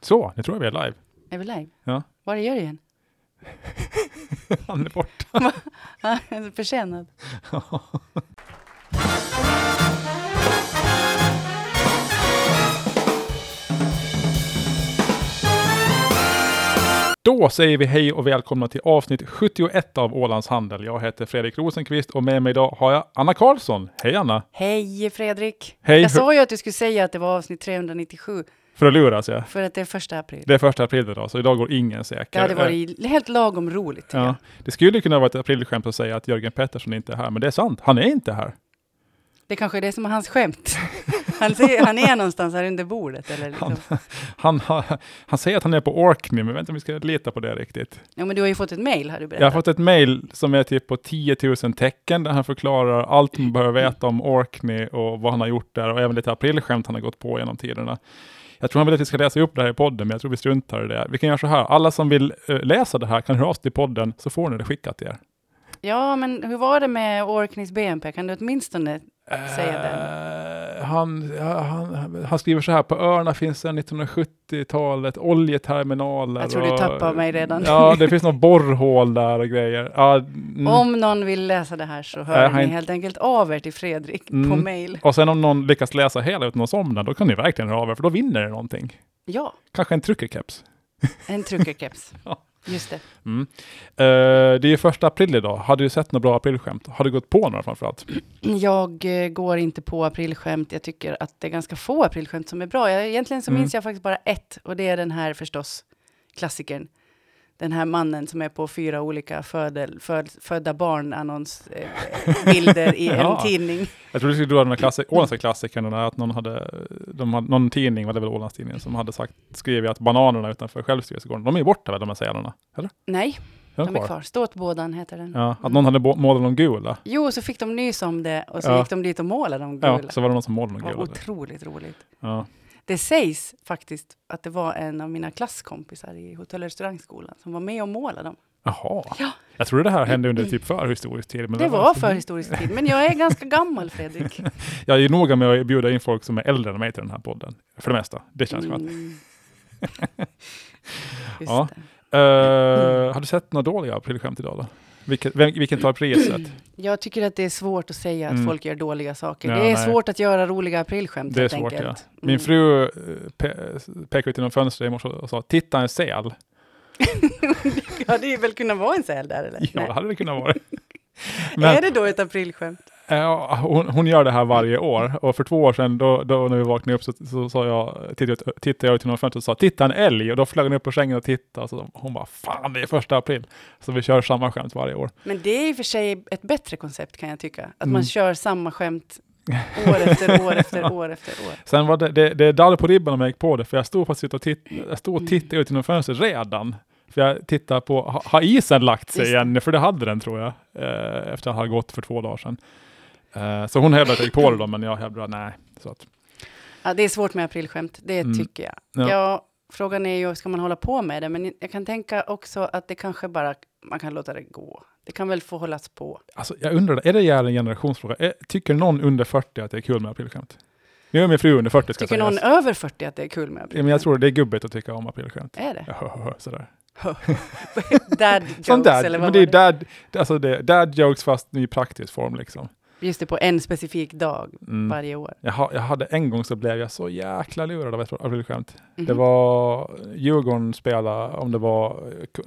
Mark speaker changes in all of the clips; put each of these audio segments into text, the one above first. Speaker 1: Så, nu tror jag vi är live.
Speaker 2: Är vi live?
Speaker 1: Ja.
Speaker 2: Var är Jörgen?
Speaker 1: Han är borta.
Speaker 2: Han är Försenad.
Speaker 1: Då säger vi hej och välkomna till avsnitt 71 av Ålands Handel. Jag heter Fredrik Rosenqvist och med mig idag har jag Anna Karlsson. Hej Anna!
Speaker 2: Hej Fredrik!
Speaker 1: Hej!
Speaker 2: Jag sa ju att du skulle säga att det var avsnitt 397
Speaker 1: För att luras jag.
Speaker 2: för att det är första april.
Speaker 1: Det är första april idag, så idag går ingen säker.
Speaker 2: Det hade
Speaker 1: Eh,
Speaker 2: varit helt lagom roligt. tycker
Speaker 1: Ja.
Speaker 2: jag.
Speaker 1: Det skulle kunna vara ett aprilskämt att säga att Jörgen Pettersson inte är här, men det är sant. Han är inte här.
Speaker 2: Det kanske är det som är hans skämt. Han, säger, han är någonstans här under bordet. Eller liksom.
Speaker 1: Han, har, han säger att han är på Orkney, men jag vet inte om vi ska lita på det riktigt.
Speaker 2: ja, men du har ju fått ett mejl, har du
Speaker 1: Jag har
Speaker 2: berättat.
Speaker 1: fått ett mejl som är typ på 10 000 tecken där han förklarar allt man behöver veta om Orkney och vad han har gjort där och även lite aprilskämt han har gått på genom tiderna. Jag tror han vill att vi ska läsa upp det här i podden, men jag tror vi struntar i det. Vi kan göra så här, alla som vill eh, läsa det här kan höra av sig till podden så får ni det skickat till er.
Speaker 2: Ja, men hur var det med Orkneys BNP? Kan du åtminstone... Säga
Speaker 1: Eh, han, ja, han, han skriver så här, på öarna finns sedan 1970-talet oljeterminaler.
Speaker 2: Jag tror du
Speaker 1: och-
Speaker 2: tappar mig redan.
Speaker 1: Ja, det finns något borrhål där och grejer. Ja, mm.
Speaker 2: Om någon vill läsa det här så hör
Speaker 1: Äh, han-
Speaker 2: ni helt enkelt av er till Fredrik på
Speaker 1: Mm.
Speaker 2: mejl.
Speaker 1: Och sen om någon lyckas läsa hela utan att somna, då kan ni verkligen höra av er, för då vinner ni någonting.
Speaker 2: Ja,
Speaker 1: Kanske en tryckerkeps.
Speaker 2: en truckerkeps.
Speaker 1: Ja.
Speaker 2: Just det.
Speaker 1: Mm. Eh, det är ju första april idag. Har du sett några bra aprilskämt? Har du gått på några framförallt?
Speaker 2: Jag eh, går inte på aprilskämt. Jag tycker att det är ganska få aprilskämt som är bra. Jag, egentligen så
Speaker 1: Mm.
Speaker 2: minns jag faktiskt bara ett och det är den här förstås, klassikern. Den här mannen som är på fyra olika födel, föd, födda barn-annonsbilder i
Speaker 1: Ja.
Speaker 2: en tidning.
Speaker 1: Jag tror du skulle dra den här klassi-
Speaker 2: Mm.
Speaker 1: åländska klassikern, den här att någon, hade, de hade, någon tidning, var det väl Ålandstidningen, som hade sagt, skrivit att bananerna utanför självstyrelsegården, de är ju borta väl de här sälarna? Eller?
Speaker 2: Nej,
Speaker 1: Är
Speaker 2: de är kvar. Mm. Ståtbådan heter den.
Speaker 1: Ja, att någon hade bo- målat dem gula.
Speaker 2: Jo, så fick de nys om det och så
Speaker 1: Ja.
Speaker 2: gick de dit och målade de
Speaker 1: Ja,
Speaker 2: gula.
Speaker 1: så var det någon som målade dem
Speaker 2: det var
Speaker 1: gula.
Speaker 2: otroligt roligt.
Speaker 1: Ja.
Speaker 2: Det sägs faktiskt att det var en av mina klasskompisar i hotell och restaurangskolan som var med och målade dem.
Speaker 1: Jaha.
Speaker 2: Ja.
Speaker 1: Jag trodde det här hände under typ förhistorisk tid. men
Speaker 2: Det var förhistorisk tid, men jag är ganska gammal, Fredrik.
Speaker 1: Jag är ju noga med att bjuda in folk som är äldre än mig till den här podden. För det mesta. Det känns skönt.
Speaker 2: Mm. Just
Speaker 1: Ja.
Speaker 2: det.
Speaker 1: Eh, har du sett några dåliga aprilskämt idag då? Vilken, vem, vilken tar priset?
Speaker 2: Jag tycker att det är svårt att säga att
Speaker 1: Mm.
Speaker 2: folk gör dåliga saker.
Speaker 1: Ja,
Speaker 2: det är
Speaker 1: nej.
Speaker 2: svårt att göra roliga aprilskämt
Speaker 1: Det är
Speaker 2: helt
Speaker 1: svårt, ja.
Speaker 2: enkelt.
Speaker 1: Min
Speaker 2: Mm.
Speaker 1: fru eh, pe- pekade ut genom fönstret i morse och sa ”Titta en säl”.
Speaker 2: Det hade ju väl kunnat vara en säl där, eller?
Speaker 1: Ja,
Speaker 2: Nej.
Speaker 1: det hade det kunnat vara. Men- eh,
Speaker 2: Är det då ett aprilskämt?
Speaker 1: Ja, hon, hon gör det här varje år och för två år sedan då, då när vi vaknade upp så, så, sa jag, tittade, jag ut- tittade jag ut genom fönstret och sa titta en älg och då flög hon upp ur sängen och tittade och så, hon bara fan det är första april. Så vi kör samma skämt varje år.
Speaker 2: Men det är i och för sig ett bättre koncept, kan jag tycka. Att
Speaker 1: Mm.
Speaker 2: man kör samma skämt år efter år efter år efter år.
Speaker 1: Sen var det, det, det är darr på ribban om jag gick på det för jag stod faktiskt och, titt, jag stod och tittade ut genom fönstret redan. För jag tittade på, ha- har isen lagt sig
Speaker 2: Just det.
Speaker 1: igen? För det hade den tror jag, eh, efter att ha gått för två dagar sedan. Eh, så hon hävdade att jag gick på det då, men jag hävdade nej. Så att,
Speaker 2: Ja, det är svårt med aprilskämt, det
Speaker 1: Mm.
Speaker 2: tycker jag.
Speaker 1: Ja.
Speaker 2: Ja. frågan är ju, ska man hålla på med det? Men jag kan tänka också att det kanske bara, man kan låta det gå. Det kan väl få hållas på.
Speaker 1: Alltså, jag undrar, är det här en generationsfråga? Är, tycker någon under 40 att det är kul med aprilskämt? Nu är min fru under 40 ska
Speaker 2: Tycker
Speaker 1: sägas.
Speaker 2: någon över 40 att det är kul med
Speaker 1: Ja,
Speaker 2: aprilskämt?
Speaker 1: men jag tror det är gubbigt att tycka om aprilskämt.
Speaker 2: Är det?
Speaker 1: Ja. Sådär.
Speaker 2: Dad jokes,
Speaker 1: Som dad,
Speaker 2: eller
Speaker 1: men
Speaker 2: vad
Speaker 1: det är
Speaker 2: var det?
Speaker 1: dad, alltså det är dad jokes fast i praktisk form liksom.
Speaker 2: Just det, på en specifik dag
Speaker 1: Mm.
Speaker 2: varje år.
Speaker 1: Jag, ha, jag hade en gång så blev jag så jäkla lurad av ett aprilskämt.
Speaker 2: Mhm.
Speaker 1: Det var Djurgården spela om det var eh, k-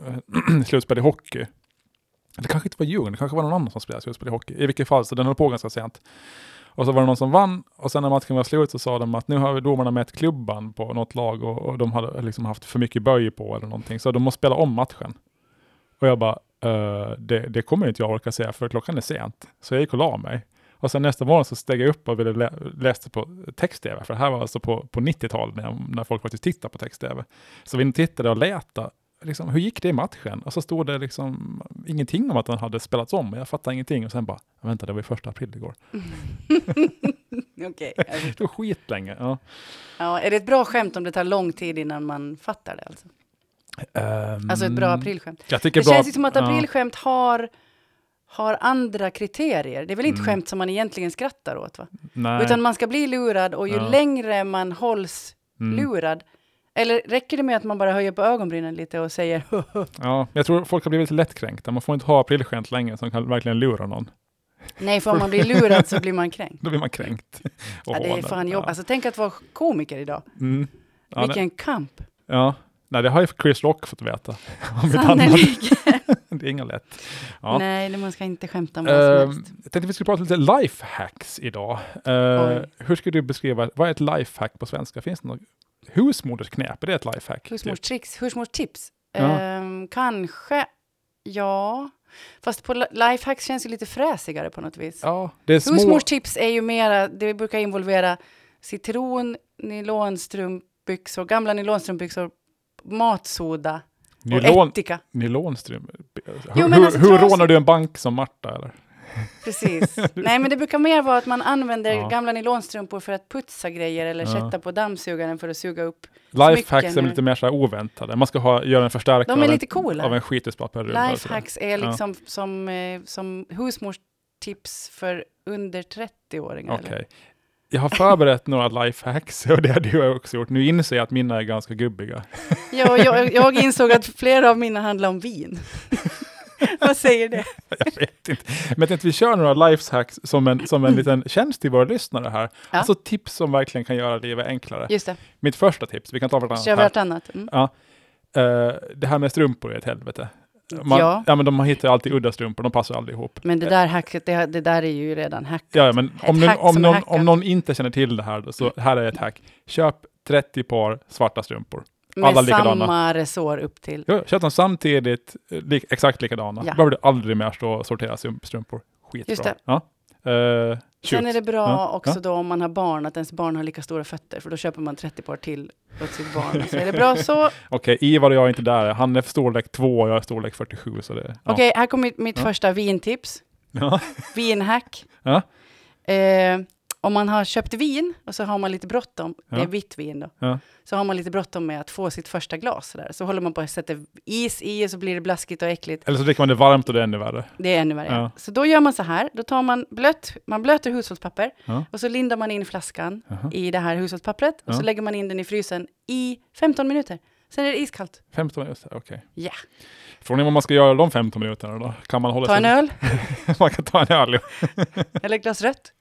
Speaker 1: slutspel i hockey. Det kanske inte var Djurgården, det kanske var någon annan som spelade slutspel i hockey. I vilket fall, så den höll på ganska sent. Och så var det någon som vann och sen när matchen var slut så sa de att nu har domarna mätt klubban på något lag och, och de hade liksom haft för mycket böj på eller någonting, så de måste spela om matchen. Och jag bara, eh, det, det kommer inte jag orka säga för klockan är sent. Så jag gick och la mig. Och sen nästa morgon så steg jag upp och ville lä- läste på text-tv, för det här var alltså på, på 90-talet när, jag- när folk faktiskt tittade på text-tv. Så vi tittade och läta, liksom, hur gick det i matchen? Och så stod det liksom ingenting om att den hade spelats om, och jag fattade ingenting. Och sen bara, vänta, det var ju första april igår.
Speaker 2: Okej. jag förstår.
Speaker 1: Det var skitlänge. Ja.
Speaker 2: Ja, är det ett bra skämt om det tar lång tid innan man fattar det? Alltså,
Speaker 1: Ehm,
Speaker 2: alltså ett bra aprilskämt.
Speaker 1: Jag tycker
Speaker 2: Det
Speaker 1: Mm. bra,
Speaker 2: känns ju som att
Speaker 1: ja.
Speaker 2: aprilskämt har, har andra kriterier. Det är väl inte
Speaker 1: Mm.
Speaker 2: skämt som man egentligen skrattar åt? va?
Speaker 1: nej,
Speaker 2: Utan man ska bli lurad och ju
Speaker 1: Ja.
Speaker 2: längre man hålls
Speaker 1: mm.
Speaker 2: lurad, Eller räcker det med att man bara höjer på ögonbrynen lite och säger
Speaker 1: Ja, jag tror folk har blivit lättkränkta. Man får inte ha aprilskämt längre som kan verkligen lura någon.
Speaker 2: nej, för om man blir lurad så blir man kränkt?
Speaker 1: Då blir man kränkt. Och
Speaker 2: Ja, det är
Speaker 1: hånad.
Speaker 2: fan jobb.
Speaker 1: Ja.
Speaker 2: Alltså tänk att vara komiker idag.
Speaker 1: Mm. Ja, nej,
Speaker 2: Vilken kamp.
Speaker 1: ja. Nej, det har ju Chris Rock fått veta. Om inte annat.
Speaker 2: Sannolikt.
Speaker 1: Det är inga lätt. Ja.
Speaker 2: Nej, det- man ska inte skämta om
Speaker 1: Eh,
Speaker 2: vad som
Speaker 1: jag
Speaker 2: helst.
Speaker 1: tänkte vi skulle prata lite lifehacks idag. Eh,
Speaker 2: Oj.
Speaker 1: hur skulle du beskriva, vad är ett lifehack på svenska? Finns det något husmodersknep? Är det ett lifehack? Typ?
Speaker 2: Husmorstricks, husmorstips.
Speaker 1: Ja.
Speaker 2: Ehm, kanske, ja. Fast på li- lifehacks känns ju lite fräsigare på något vis.
Speaker 1: Ja, det är små...
Speaker 2: Husmorstips är ju mera, det brukar involvera citron, nylonstrumpbyxor, gamla nylonstrumpbyxor, matsoda och
Speaker 1: Nylon,
Speaker 2: ättika.
Speaker 1: nylonström. Hur,
Speaker 2: Jo, men
Speaker 1: hur,
Speaker 2: alltså
Speaker 1: hur
Speaker 2: trasor-
Speaker 1: rånar du en bank som Marta? Eller?
Speaker 2: Precis. Nej, men det brukar mer vara att man använder
Speaker 1: Ja.
Speaker 2: gamla nylonstrumpor för att putsa grejer eller
Speaker 1: Ja.
Speaker 2: sätta på dammsugaren för att suga upp.
Speaker 1: Lifehacks är
Speaker 2: nu.
Speaker 1: lite mer så här oväntade. Man ska ha, göra en förstärkare
Speaker 2: De är
Speaker 1: av
Speaker 2: lite
Speaker 1: en,
Speaker 2: coola.
Speaker 1: av en skituspaperrulle.
Speaker 2: Lifehacks är
Speaker 1: Ja.
Speaker 2: liksom som, eh, som husmorstips för under 30-åringar.
Speaker 1: Okej.
Speaker 2: eller?
Speaker 1: Jag har förberett några lifehacks och det har du också gjort. Nu inser jag att mina är ganska gubbiga.
Speaker 2: Ja, jag, jag insåg att flera av mina handlar om vin. Vad säger det?
Speaker 1: Jag vet inte. Men jag tänkte att vi kör några lifehacks som en, som en liten tjänst till våra lyssnare här.
Speaker 2: Mm. Ja.
Speaker 1: Alltså tips som verkligen kan göra livet enklare.
Speaker 2: Just det,
Speaker 1: Mitt första tips, vi kan ta
Speaker 2: kör
Speaker 1: vartannat här.
Speaker 2: vartannat. Mm.
Speaker 1: Eh, det här med strumpor är ett helvete. Man,
Speaker 2: Ja.
Speaker 1: ja. men de hittar alltid udda strumpor, de passar aldrig ihop.
Speaker 2: Men det där hacket, det, det där är ju redan hackat.
Speaker 1: Ja, ja, men
Speaker 2: Ett
Speaker 1: om, nu,
Speaker 2: hack
Speaker 1: om,
Speaker 2: som är
Speaker 1: någon,
Speaker 2: hackat. Mm.
Speaker 1: om någon inte känner till det här, då, så här är ett hack. Köp 30 par svarta strumpor.
Speaker 2: Med
Speaker 1: alla likadana.
Speaker 2: samma resår upp till.
Speaker 1: Jo, köp dem samtidigt, eh, li, exakt likadana.
Speaker 2: Ja.
Speaker 1: Då behöver du aldrig mer stå och sortera strump- strumpor. Skitbra.
Speaker 2: Just det.
Speaker 1: Ja. Eh, shoot.
Speaker 2: Sen är det bra
Speaker 1: Ja,
Speaker 2: också
Speaker 1: ja.
Speaker 2: då om man har barn, att ens barn har lika stora fötter, för då köper man 30 par till åt sitt barn. Så är det bra så.
Speaker 1: Okej, Ivar och jag är inte där. Han är storlek 2 och jag är storlek 47. Så det, ja.
Speaker 2: Okej, här kommer mitt, mitt
Speaker 1: Ja.
Speaker 2: första vintips.
Speaker 1: Ja.
Speaker 2: Vinhack.
Speaker 1: Ja.
Speaker 2: Eh, om man har köpt vin och så har man lite bråttom, det
Speaker 1: Ja.
Speaker 2: är vitt vin då,
Speaker 1: Ja.
Speaker 2: så har man lite bråttom med att få sitt första glas. Så, där. så håller man på att sätta is i och så blir det blaskigt och äckligt.
Speaker 1: Eller så dricker man det varmt och det är ännu värre.
Speaker 2: Det är ännu värre.
Speaker 1: Ja.
Speaker 2: Så då gör man så här, då tar man blött, man blöter hushållspapper
Speaker 1: Ja.
Speaker 2: och så lindar man in flaskan
Speaker 1: Jaha.
Speaker 2: i det här hushållspappret och så
Speaker 1: Ja.
Speaker 2: lägger man in den i frysen i 15 minuter. Sen är det iskallt.
Speaker 1: 15 minuter, okej.
Speaker 2: Ja,
Speaker 1: Frågan är vad man ska göra de 15 minuterna då? Kan man hålla
Speaker 2: ta en
Speaker 1: sig...
Speaker 2: öl
Speaker 1: man kan ta en öl.
Speaker 2: eller ett glas rött.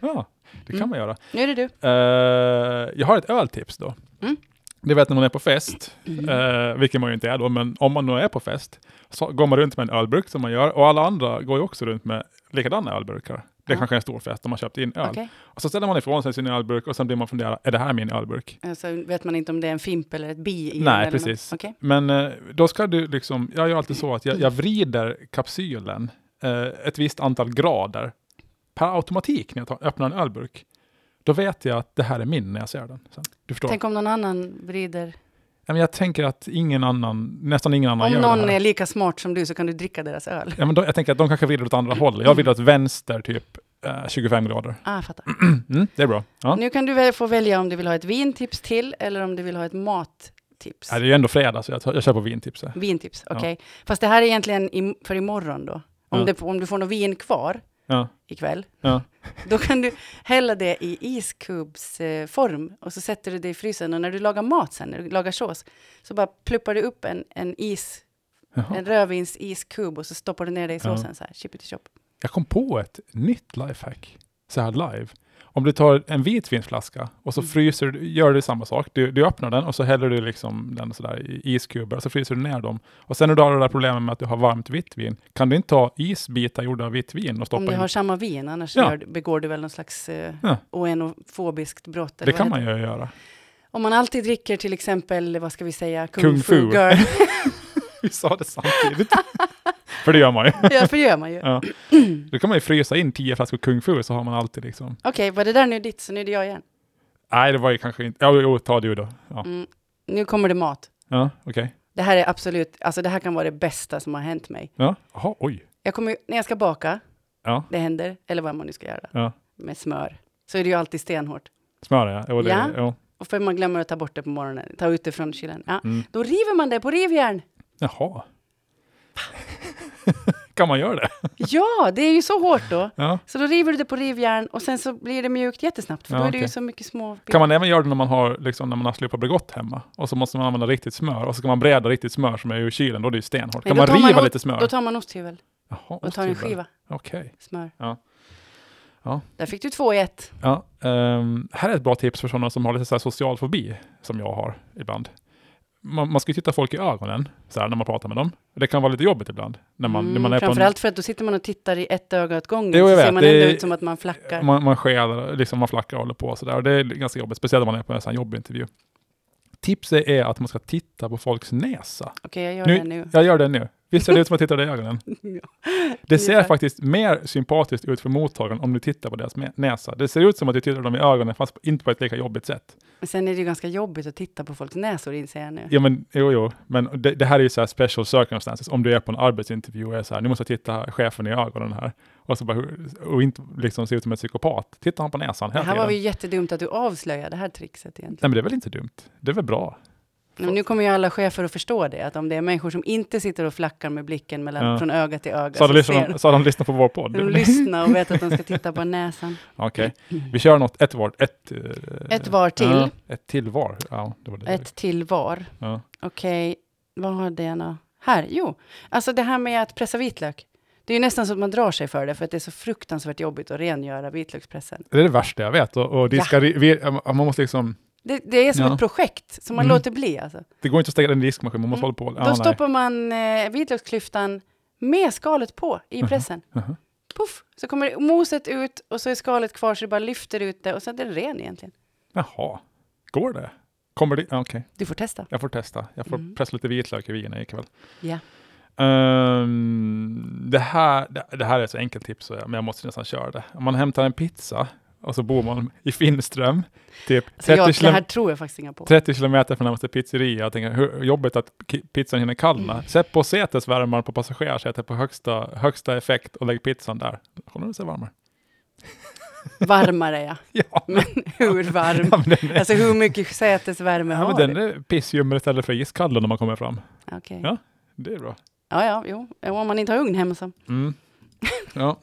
Speaker 1: Ja, det kan
Speaker 2: Mm.
Speaker 1: man göra.
Speaker 2: Nu är det du.
Speaker 1: Eh, jag har ett öltips då.
Speaker 2: Mm.
Speaker 1: Det vet när man är på fest, eh, vilket man ju inte är då, men om man nu är på fest så går man runt med en ölburk som man gör och alla andra går ju också runt med likadana ölburkar. Det
Speaker 2: Ja.
Speaker 1: kanske är en stor fest, de har köpt in öl.
Speaker 2: Okej.
Speaker 1: Och så ställer man ifrån sig sin ölburk och sen blir man fundera, är det här min ölburk?
Speaker 2: Eh, Så vet man inte om det är en fimp eller ett bi i den
Speaker 1: Nej,
Speaker 2: eller något.
Speaker 1: precis.
Speaker 2: Okej.
Speaker 1: Men eh, då ska du liksom, jag gör alltid så att jag, jag vrider kapsylen eh, ett visst antal grader per automatik när jag tar, öppnar en ölburk. Då vet jag att det här är min när jag ser den. Sen. Du förstår?
Speaker 2: Tänk om någon annan vrider.
Speaker 1: Ja, men jag tänker att ingen annan, nästan ingen annan
Speaker 2: om
Speaker 1: gör det
Speaker 2: någon
Speaker 1: här.
Speaker 2: är lika smart som du så kan du dricka deras öl.
Speaker 1: Ja, men då, jag tänker att de kanske vrider åt andra hållet. Jag vrider åt vänster typ eh, 25 grader.
Speaker 2: Ah, jag fattar.
Speaker 1: Mm, det är bra. Ja.
Speaker 2: Nu kan du väl få välja om du vill ha ett vintips till eller om du vill ha ett mattips.
Speaker 1: Ja, det är ju ändå fredag så jag, tar- jag kör på vintipset.
Speaker 2: Vintips, okej.
Speaker 1: Ja.
Speaker 2: Fast det här är egentligen im- för imorgon då. Om,
Speaker 1: Ja.
Speaker 2: det, om du får något vin kvar
Speaker 1: Ja.
Speaker 2: ikväll,
Speaker 1: Ja.
Speaker 2: då kan du hälla det i iskubsform eh, form och så sätter du det i frysen. Och när du lagar mat sen, när du lagar sås, så bara pluppar du upp en, en is,
Speaker 1: Jaha.
Speaker 2: en rödvinsiskub och så stoppar du ner det i såsen så här, chippity chop.
Speaker 1: Jag kom på ett nytt lifehack, så här live. Om du tar en vitvinsflaska och så
Speaker 2: Mm.
Speaker 1: fryser du, gör du samma sak. Du, du öppnar den och så häller du liksom den sådär i iskuber och så fryser du ner dem. Och sen när du har det där problemet med att du har varmt vitt vin, kan du inte ta isbitar gjorda av vitt vin och stoppa
Speaker 2: Om du
Speaker 1: in?
Speaker 2: har samma vin, annars
Speaker 1: Ja.
Speaker 2: gör, du- begår du väl någon slags eh,
Speaker 1: Ja.
Speaker 2: oenofobiskt brott. eller
Speaker 1: det
Speaker 2: vad
Speaker 1: kan
Speaker 2: heter
Speaker 1: man ju göra.
Speaker 2: Om man alltid dricker till exempel, vad ska vi säga, Kung,
Speaker 1: Kung
Speaker 2: Fu
Speaker 1: Fu.
Speaker 2: Girl.
Speaker 1: Vi sa det samtidigt. För det gör man ju.
Speaker 2: ja, för det gör man ju.
Speaker 1: Ja. Då kan man ju frysa in tio flaskor Kung Fu så har man alltid liksom.
Speaker 2: Okej, var det där nu ditt så nu är det jag igen.
Speaker 1: Nej, det var ju kanske inte. Ja, jo, ta du då. Ja,
Speaker 2: Mm. Nu kommer det mat.
Speaker 1: ja okej.
Speaker 2: Det här är absolut, alltså det här kan vara det bästa som har hänt mig.
Speaker 1: Ja, jaha, oj.
Speaker 2: Jag kommer ju, när jag ska baka,
Speaker 1: Ja,
Speaker 2: det händer, eller vad man nu ska göra,
Speaker 1: ja.
Speaker 2: med smör, så är det ju alltid stenhårt.
Speaker 1: Smör ja. Jo, det,
Speaker 2: Ja.
Speaker 1: ja. Jo.
Speaker 2: Och för man glömmer att ta bort det på morgonen, ta ut det från kylen. Ja.
Speaker 1: Mm.
Speaker 2: Då river man det på rivjärn.
Speaker 1: Jaha. kan man göra det?
Speaker 2: Ja, det är ju så hårt då.
Speaker 1: Ja.
Speaker 2: Så då river du det på rivjärn och sen så blir det mjukt jättesnabbt, för
Speaker 1: Ja,
Speaker 2: då är det ju
Speaker 1: okej.
Speaker 2: så mycket små bitar.
Speaker 1: Kan man även göra det när man har, liksom, när man har sluppat Bregott hemma? Och så måste man använda riktigt smör. Och så ska man bräda riktigt smör som är ur kylen, då är det ju stenhårt.
Speaker 2: Men
Speaker 1: Kan
Speaker 2: då
Speaker 1: man
Speaker 2: tar
Speaker 1: riva
Speaker 2: ost-
Speaker 1: lite smör?
Speaker 2: Då tar man osthyvel
Speaker 1: Jaha,
Speaker 2: och tar en
Speaker 1: osthyvel.
Speaker 2: skiva
Speaker 1: Okej.
Speaker 2: smör.
Speaker 1: Ja. Ja.
Speaker 2: Där fick du två i ett.
Speaker 1: Ja, ehm, här är ett bra tips för sådana som har lite så här social fobi, som jag har ibland. Man, man ska ju titta folk i ögonen så här, när man pratar med dem. Det kan vara lite jobbigt ibland. När man, när man är på en,
Speaker 2: Mm, framförallt för att då sitter man och tittar i ett öga åt gången,
Speaker 1: Jo,
Speaker 2: så
Speaker 1: jag
Speaker 2: ser
Speaker 1: vet,
Speaker 2: man
Speaker 1: det
Speaker 2: ändå
Speaker 1: är-
Speaker 2: ut som att man flackar.
Speaker 1: Man, man skäl, liksom man flackar och håller på och sådär. Och det är ganska jobbigt, speciellt om man är på en sån här jobbintervju. Tipset är att man ska titta på folks näsa.
Speaker 2: Okej, jag gör
Speaker 1: Nu-
Speaker 2: det nu.
Speaker 1: Jag gör det nu. Visst ser det ut som att titta dig i ögonen? Det ser
Speaker 2: Ungefär.
Speaker 1: faktiskt mer sympatiskt ut för mottagaren om du tittar på deras mä- näsa. Det ser ut som att du tittar dem i ögonen, fast inte på ett lika jobbigt sätt.
Speaker 2: Men sen är det ju ganska jobbigt att titta på folks näsor, inser jag nu.
Speaker 1: Ja, men jo, jo, men det, det här är ju så här special circumstances. Om du är på en arbetsintervju och är så här, nu måste jag titta chefen i ögonen här. Och, så bara, hur- och inte liksom se ut som en psykopat. Titta han på näsan
Speaker 2: Det
Speaker 1: hela
Speaker 2: här
Speaker 1: tiden.
Speaker 2: var ju jättedumt att du avslöjade det här trixet egentligen.
Speaker 1: Nej, men det är väl inte dumt? Det är väl bra?
Speaker 2: Men nu kommer ju alla chefer att förstå det, att om det är människor som inte sitter och flackar med blicken mellan,
Speaker 1: Ja.
Speaker 2: från öga till öga,
Speaker 1: Så
Speaker 2: så,
Speaker 1: hade
Speaker 2: ser
Speaker 1: lyssnat, så hade de lyssnat på vår podd.
Speaker 2: de lyssna och vet att de ska titta på näsan.
Speaker 1: Okej, vi kör något, ett var. Ett, eh,
Speaker 2: Ett var till.
Speaker 1: Ja, ett till var. Ja, det var det.
Speaker 2: Ett till var.
Speaker 1: Ja.
Speaker 2: Okej, vad har det nå? Här, jo. Alltså det här med att pressa vitlök. Det är ju nästan så att man drar sig för det, för att det är så fruktansvärt jobbigt att rengöra vitlökspressen.
Speaker 1: Det är det värsta jag vet. Och, och det,
Speaker 2: Ja.
Speaker 1: ska, ri- vi, äh, man måste liksom,
Speaker 2: Det, det är som
Speaker 1: Ja.
Speaker 2: ett projekt som man
Speaker 1: Mm.
Speaker 2: låter bli. Alltså.
Speaker 1: det går inte att stänga den i diskmaskinen, man måste
Speaker 2: Mm.
Speaker 1: hålla på.
Speaker 2: Då
Speaker 1: Ja, nej.
Speaker 2: stoppar man eh, vitlöksklyftan med skalet på i pressen.
Speaker 1: Mhm.
Speaker 2: Puff! Så kommer moset ut och så är skalet kvar så du bara lyfter ut det och så är den ren egentligen.
Speaker 1: Jaha, går det? Kommer det? ja, Okej.
Speaker 2: Du får testa.
Speaker 1: Jag får testa. Jag får
Speaker 2: Mm.
Speaker 1: pressa lite vitlök i vinen ikväll.
Speaker 2: Ja.
Speaker 1: Um, det, här, det, det här är ett så enkelt tips, så jag- men jag måste nästan köra det. Om man hämtar en pizza och så bor man i Finström, typ
Speaker 2: Så
Speaker 1: 30,
Speaker 2: Alltså, jag, det
Speaker 1: kilo,
Speaker 2: här tror jag faktiskt inga på.
Speaker 1: 30 kilometer från närmaste pizzeria. Jag tänker, hur jobbigt att ki- pizzan hinner kallna.
Speaker 2: Mm.
Speaker 1: Sätt på sätet värmaren på passagerarsätet på högsta, högsta effekt och lägg pizzan där. Håller den sig varmare?
Speaker 2: Varmare ja,
Speaker 1: Ja,
Speaker 2: men hur varm?
Speaker 1: ja, men den är,
Speaker 2: Alltså hur mycket sätesvärme
Speaker 1: ja,
Speaker 2: har
Speaker 1: men den är pissljummen istället för iskall när man kommer fram.
Speaker 2: du? Okej.
Speaker 1: Ja. Det är bra.
Speaker 2: Ja, ja, jo. Om man inte har ugn hemma så.
Speaker 1: Mm. Ja.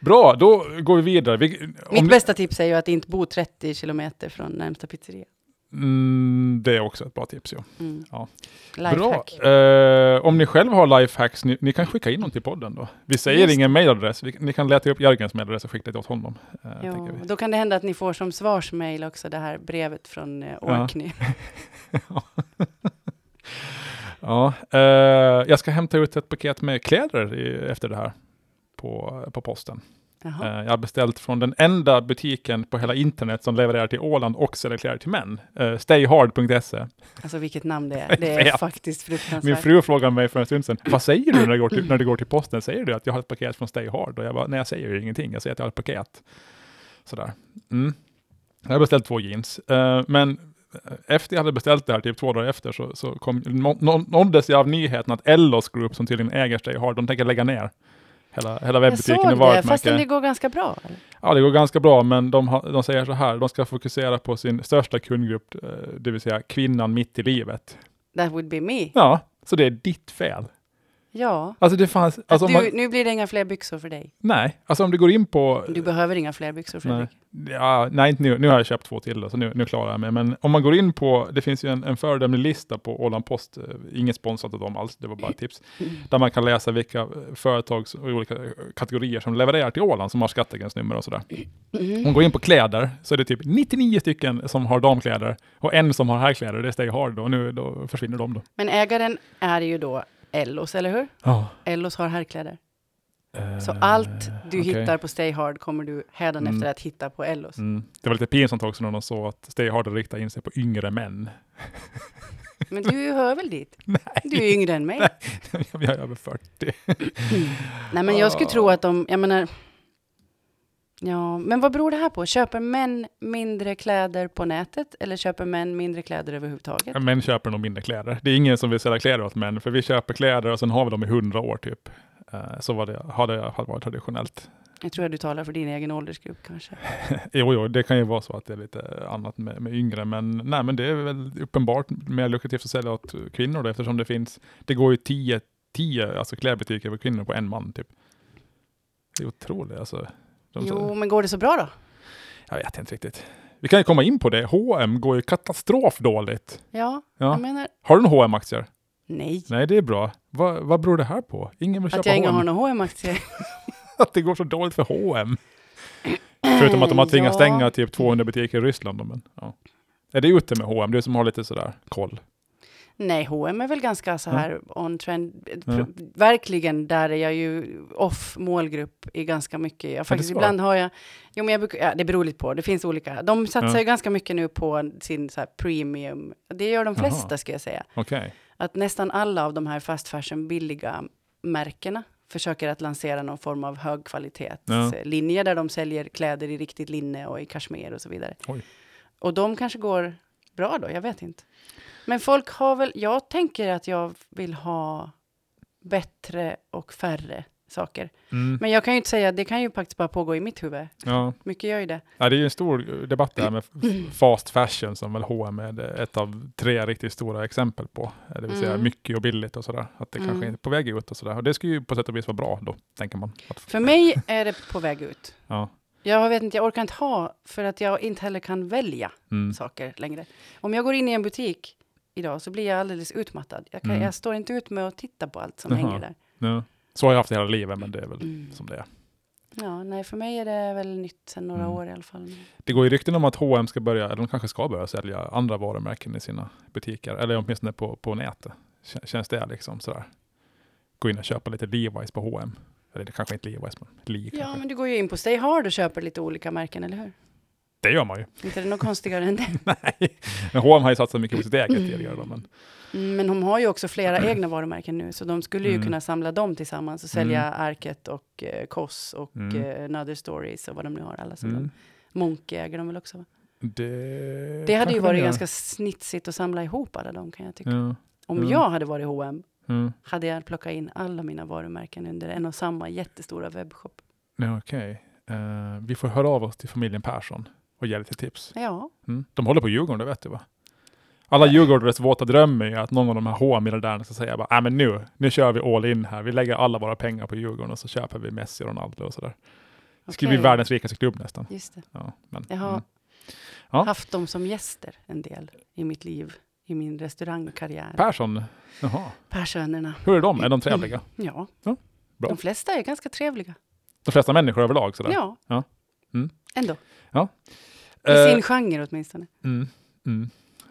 Speaker 1: Bra, då går vi vidare. Vi,
Speaker 2: Mitt
Speaker 1: om-
Speaker 2: bästa tips är ju att inte bo 30 kilometer från närmsta pizzeria.
Speaker 1: Mm, det är också ett bra tips. Ja.
Speaker 2: Mm.
Speaker 1: Ja.
Speaker 2: Lifehack.
Speaker 1: Bra. Eh, om ni själva har lifehacks, ni, ni kan skicka in dem till podden då. Vi säger
Speaker 2: Just det.
Speaker 1: ingen mailadress, vi, ni kan leta upp Jörgens mailadress och skicka det åt honom. eh, tänker
Speaker 2: Jo,
Speaker 1: vi.
Speaker 2: då kan det hända att ni får som svarsmail också det här brevet från eh,
Speaker 1: Ja.
Speaker 2: Orkney.
Speaker 1: Ja, eh, jag ska hämta ut ett paket med kläder i, efter det här på, på posten.
Speaker 2: Jaha.
Speaker 1: Eh, jag har beställt från den enda butiken på hela internet som levererar till Åland och säljer kläder till män, eh, stayhard.se.
Speaker 2: Alltså vilket namn det är. Det
Speaker 1: Jag
Speaker 2: är
Speaker 1: vet.
Speaker 2: faktiskt fruktansvärt.
Speaker 1: Min fru frågade mig för en stund sedan, vad säger du när du går till, när du går till posten? Säger du att jag har ett paket från Stay Hard? Och jag bara, nej jag säger ju ingenting, jag säger att jag har ett paket. Sådär. Mm. Jag har beställt två jeans, eh, men efter jag hade beställt det här, typ två dagar efter, så, så kom, nå, nå, nåddes jag av nyheten att Ellos Group, som tydligen äger Stay Hard, de tänker lägga ner hela, hela
Speaker 2: jag
Speaker 1: webbutiken
Speaker 2: såg
Speaker 1: och
Speaker 2: det, fastän det
Speaker 1: varumärke.
Speaker 2: går ganska bra. eller?
Speaker 1: Ja, det går ganska bra, men de, har- de säger så här, de ska fokusera på sin största kundgrupp, eh, det vill säga kvinnan mitt i livet.
Speaker 2: That would be me.
Speaker 1: Ja, så det är ditt fel.
Speaker 2: Ja.
Speaker 1: Alltså det fanns, alltså om
Speaker 2: Äh, du,
Speaker 1: man,
Speaker 2: Nu blir det inga fler byxor för dig.
Speaker 1: nej, alltså om du går in på...
Speaker 2: Du behöver inga fler byxor,
Speaker 1: nej,
Speaker 2: Fredrik.
Speaker 1: ja, nej inte nu, nu har jag köpt två till då, så nu, nu klarar jag mig. Men om man går in på, det finns ju en, en föredömlig lista på Åland Post, eh, inget sponsrat av dem alls, det var bara ett tips,
Speaker 2: Mm.
Speaker 1: där man kan läsa vilka eh, företag som- och olika eh, kategorier som levererar till Åland, som har skattegränsnummer och sådär.
Speaker 2: Mm.
Speaker 1: Om man går in på kläder, så är det typ 99 stycken som har damkläder och en som har herrkläder, det är Stay Hard, och nu då försvinner de då.
Speaker 2: Men ägaren är ju då Ellos, eller hur?
Speaker 1: Ja.
Speaker 2: Ellos har herrkläder. Så allt du
Speaker 1: Eh, okej.
Speaker 2: hittar på Stay Hard kommer du hädanefter
Speaker 1: Mm.
Speaker 2: att hitta på Ellos.
Speaker 1: Mm. Det var lite pinsamt också när de såg att Stay Hard riktar in sig på yngre män.
Speaker 2: Men du hör väl dit? Du är yngre än mig. Nej,
Speaker 1: jag är över 40.
Speaker 2: men jag skulle tro att de, jag menar, ja, men vad beror det här på? Köper män mindre kläder på nätet eller köper män mindre kläder överhuvudtaget?
Speaker 1: Män köper nog mindre kläder. Det är ingen som vill sälja kläder åt män, för vi köper kläder och sen har vi dem i hundra år typ. Eh, Så var det, har det i alla fall varit traditionellt.
Speaker 2: Jag tror att du talar för din egen åldersgrupp kanske.
Speaker 1: Jo, jo, det kan ju vara så att det är lite annat med, med yngre, men, nej, men det är väl uppenbart mer lukrativt att sälja åt kvinnor då, eftersom det finns, det går ju 10 tio alltså, klädbutiker för kvinnor på en man typ. Det är otroligt alltså. De,
Speaker 2: Jo, men går det så bra då?
Speaker 1: Jag vet inte riktigt. Vi kan ju komma in på det. H&M går ju katastrofdåligt.
Speaker 2: Ja,
Speaker 1: Ja.
Speaker 2: jag menar,
Speaker 1: Har du några hm aktier
Speaker 2: nej.
Speaker 1: Nej, det är bra. Va, vad beror det här på? Ingen vill
Speaker 2: Att
Speaker 1: köpa
Speaker 2: jag inte
Speaker 1: H&M.
Speaker 2: har någon H&M-aktie.
Speaker 1: Att det går så dåligt för H&M. Förutom att de har tvingats
Speaker 2: Ja.
Speaker 1: stänga typ 200 butiker i Ryssland. då, Men, ja. Är det ute med H&M? Du som har lite sådär koll.
Speaker 2: Nej, H&M är väl ganska så här on trend.
Speaker 1: Ja.
Speaker 2: Pr- Verkligen, där är jag ju off målgrupp i ganska mycket. Jag faktiskt,
Speaker 1: så?
Speaker 2: ibland har jag, jo men jag brukar, ja, det beror lite på, det finns olika. De satsar
Speaker 1: Ja.
Speaker 2: ju ganska mycket nu på sin så här premium, det gör de
Speaker 1: Jaha.
Speaker 2: flesta ska jag säga.
Speaker 1: Okej.
Speaker 2: Att nästan alla av de här fast fashion billiga märkena försöker att lansera någon form av högkvalitetslinje där de säljer kläder i riktigt linne och i kashmir och så vidare.
Speaker 1: Oj.
Speaker 2: Och de kanske går bra då, jag vet inte. Men folk har väl, jag tänker att jag vill ha bättre och färre saker.
Speaker 1: Mm.
Speaker 2: Men jag kan ju inte säga, det kan ju faktiskt bara pågå i mitt huvud.
Speaker 1: Ja.
Speaker 2: Mycket gör ju det.
Speaker 1: ja, det är ju en stor debatt det här med
Speaker 2: Mm.
Speaker 1: f- fast fashion som väl H&M är det- ett av tre riktigt stora exempel på. Det vill säga
Speaker 2: Mm.
Speaker 1: mycket och billigt och sådär. Att det kanske
Speaker 2: Mm.
Speaker 1: är på väg ut och sådär. Och det ska ju på sätt och vis vara bra då, tänker man. Att,
Speaker 2: För mig är det på väg ut.
Speaker 1: ja.
Speaker 2: Jag vet inte, jag orkar inte ha, för att jag inte heller kan välja
Speaker 1: Mm.
Speaker 2: saker längre. Om jag går in i en butik idag så blir jag alldeles utmattad. Jag, kan,
Speaker 1: Mm.
Speaker 2: jag står inte ut med att titta på allt som
Speaker 1: Jaha. Mm.
Speaker 2: hänger där.
Speaker 1: Ja. Så har jag haft det hela livet, men det är väl som det är.
Speaker 2: Ja, nej, för mig är det väl nytt sedan några
Speaker 1: Mm.
Speaker 2: år i alla fall.
Speaker 1: Det går ju rykten om att H&M ska börja, eller de kanske ska börja sälja andra varumärken i sina butiker, eller åtminstone på, på nätet. Kän- Känns det liksom sådär? Gå in och köpa lite Levi's på H&M. Eller det kanske inte är Levi's, men Lee kanske.
Speaker 2: Ja, men du går ju in på Stay Hard och köper lite olika märken, eller hur?
Speaker 1: Det gör man ju.
Speaker 2: Inte är det något konstigare än det.
Speaker 1: Nej, men H&M har ju satsat mycket på sitt eget tidigare. Då, men,
Speaker 2: Mm, Men hon har ju också flera egna varumärken nu, så de skulle ju
Speaker 1: Mm.
Speaker 2: kunna samla dem tillsammans och sälja
Speaker 1: Mm.
Speaker 2: Arket och eh, Koss och
Speaker 1: Mm.
Speaker 2: eh, Another Stories och vad de nu har, alla som
Speaker 1: mm.
Speaker 2: de. Monke äger de väl också? Va?
Speaker 1: det,
Speaker 2: Det hade
Speaker 1: kanske
Speaker 2: ju varit
Speaker 1: gör.
Speaker 2: ganska snitsigt att samla ihop alla dem, kan jag tycka.
Speaker 1: Ja,
Speaker 2: Om
Speaker 1: Mm.
Speaker 2: jag hade varit H&M
Speaker 1: mm.
Speaker 2: hade jag plockat in alla mina varumärken under en och samma jättestora webbshop.
Speaker 1: ja, okej. Eh, vi får höra av oss till familjen Persson och ge lite tips.
Speaker 2: Ja,
Speaker 1: Mm. De håller på Djurgården, det vet du va? Alla Djurgårdares våta dröm är ju att någon av de här H&M-miljardärerna ska säga bara, "Nej, men nu, nu kör vi all in här. Vi lägger alla våra pengar på Djurgården och så köper vi Messi och Ronaldo och sådär. Det skulle bli
Speaker 2: Okej.
Speaker 1: världens rikaste klubb nästan.
Speaker 2: just det.
Speaker 1: Ja, men,
Speaker 2: Jag har
Speaker 1: mm. Ja.
Speaker 2: haft dem som gäster en del i mitt liv, i min restaurangkarriär.
Speaker 1: Persson, jaha.
Speaker 2: Persönerna,
Speaker 1: Hur är de? Är de trevliga?
Speaker 2: ja.
Speaker 1: Ja, bra.
Speaker 2: De flesta är ganska trevliga.
Speaker 1: De flesta människor överlag sådär?
Speaker 2: Ja.
Speaker 1: Ja. Mm.
Speaker 2: Ändå. I
Speaker 1: Eh,
Speaker 2: sin genre åtminstone.
Speaker 1: Mm, mm.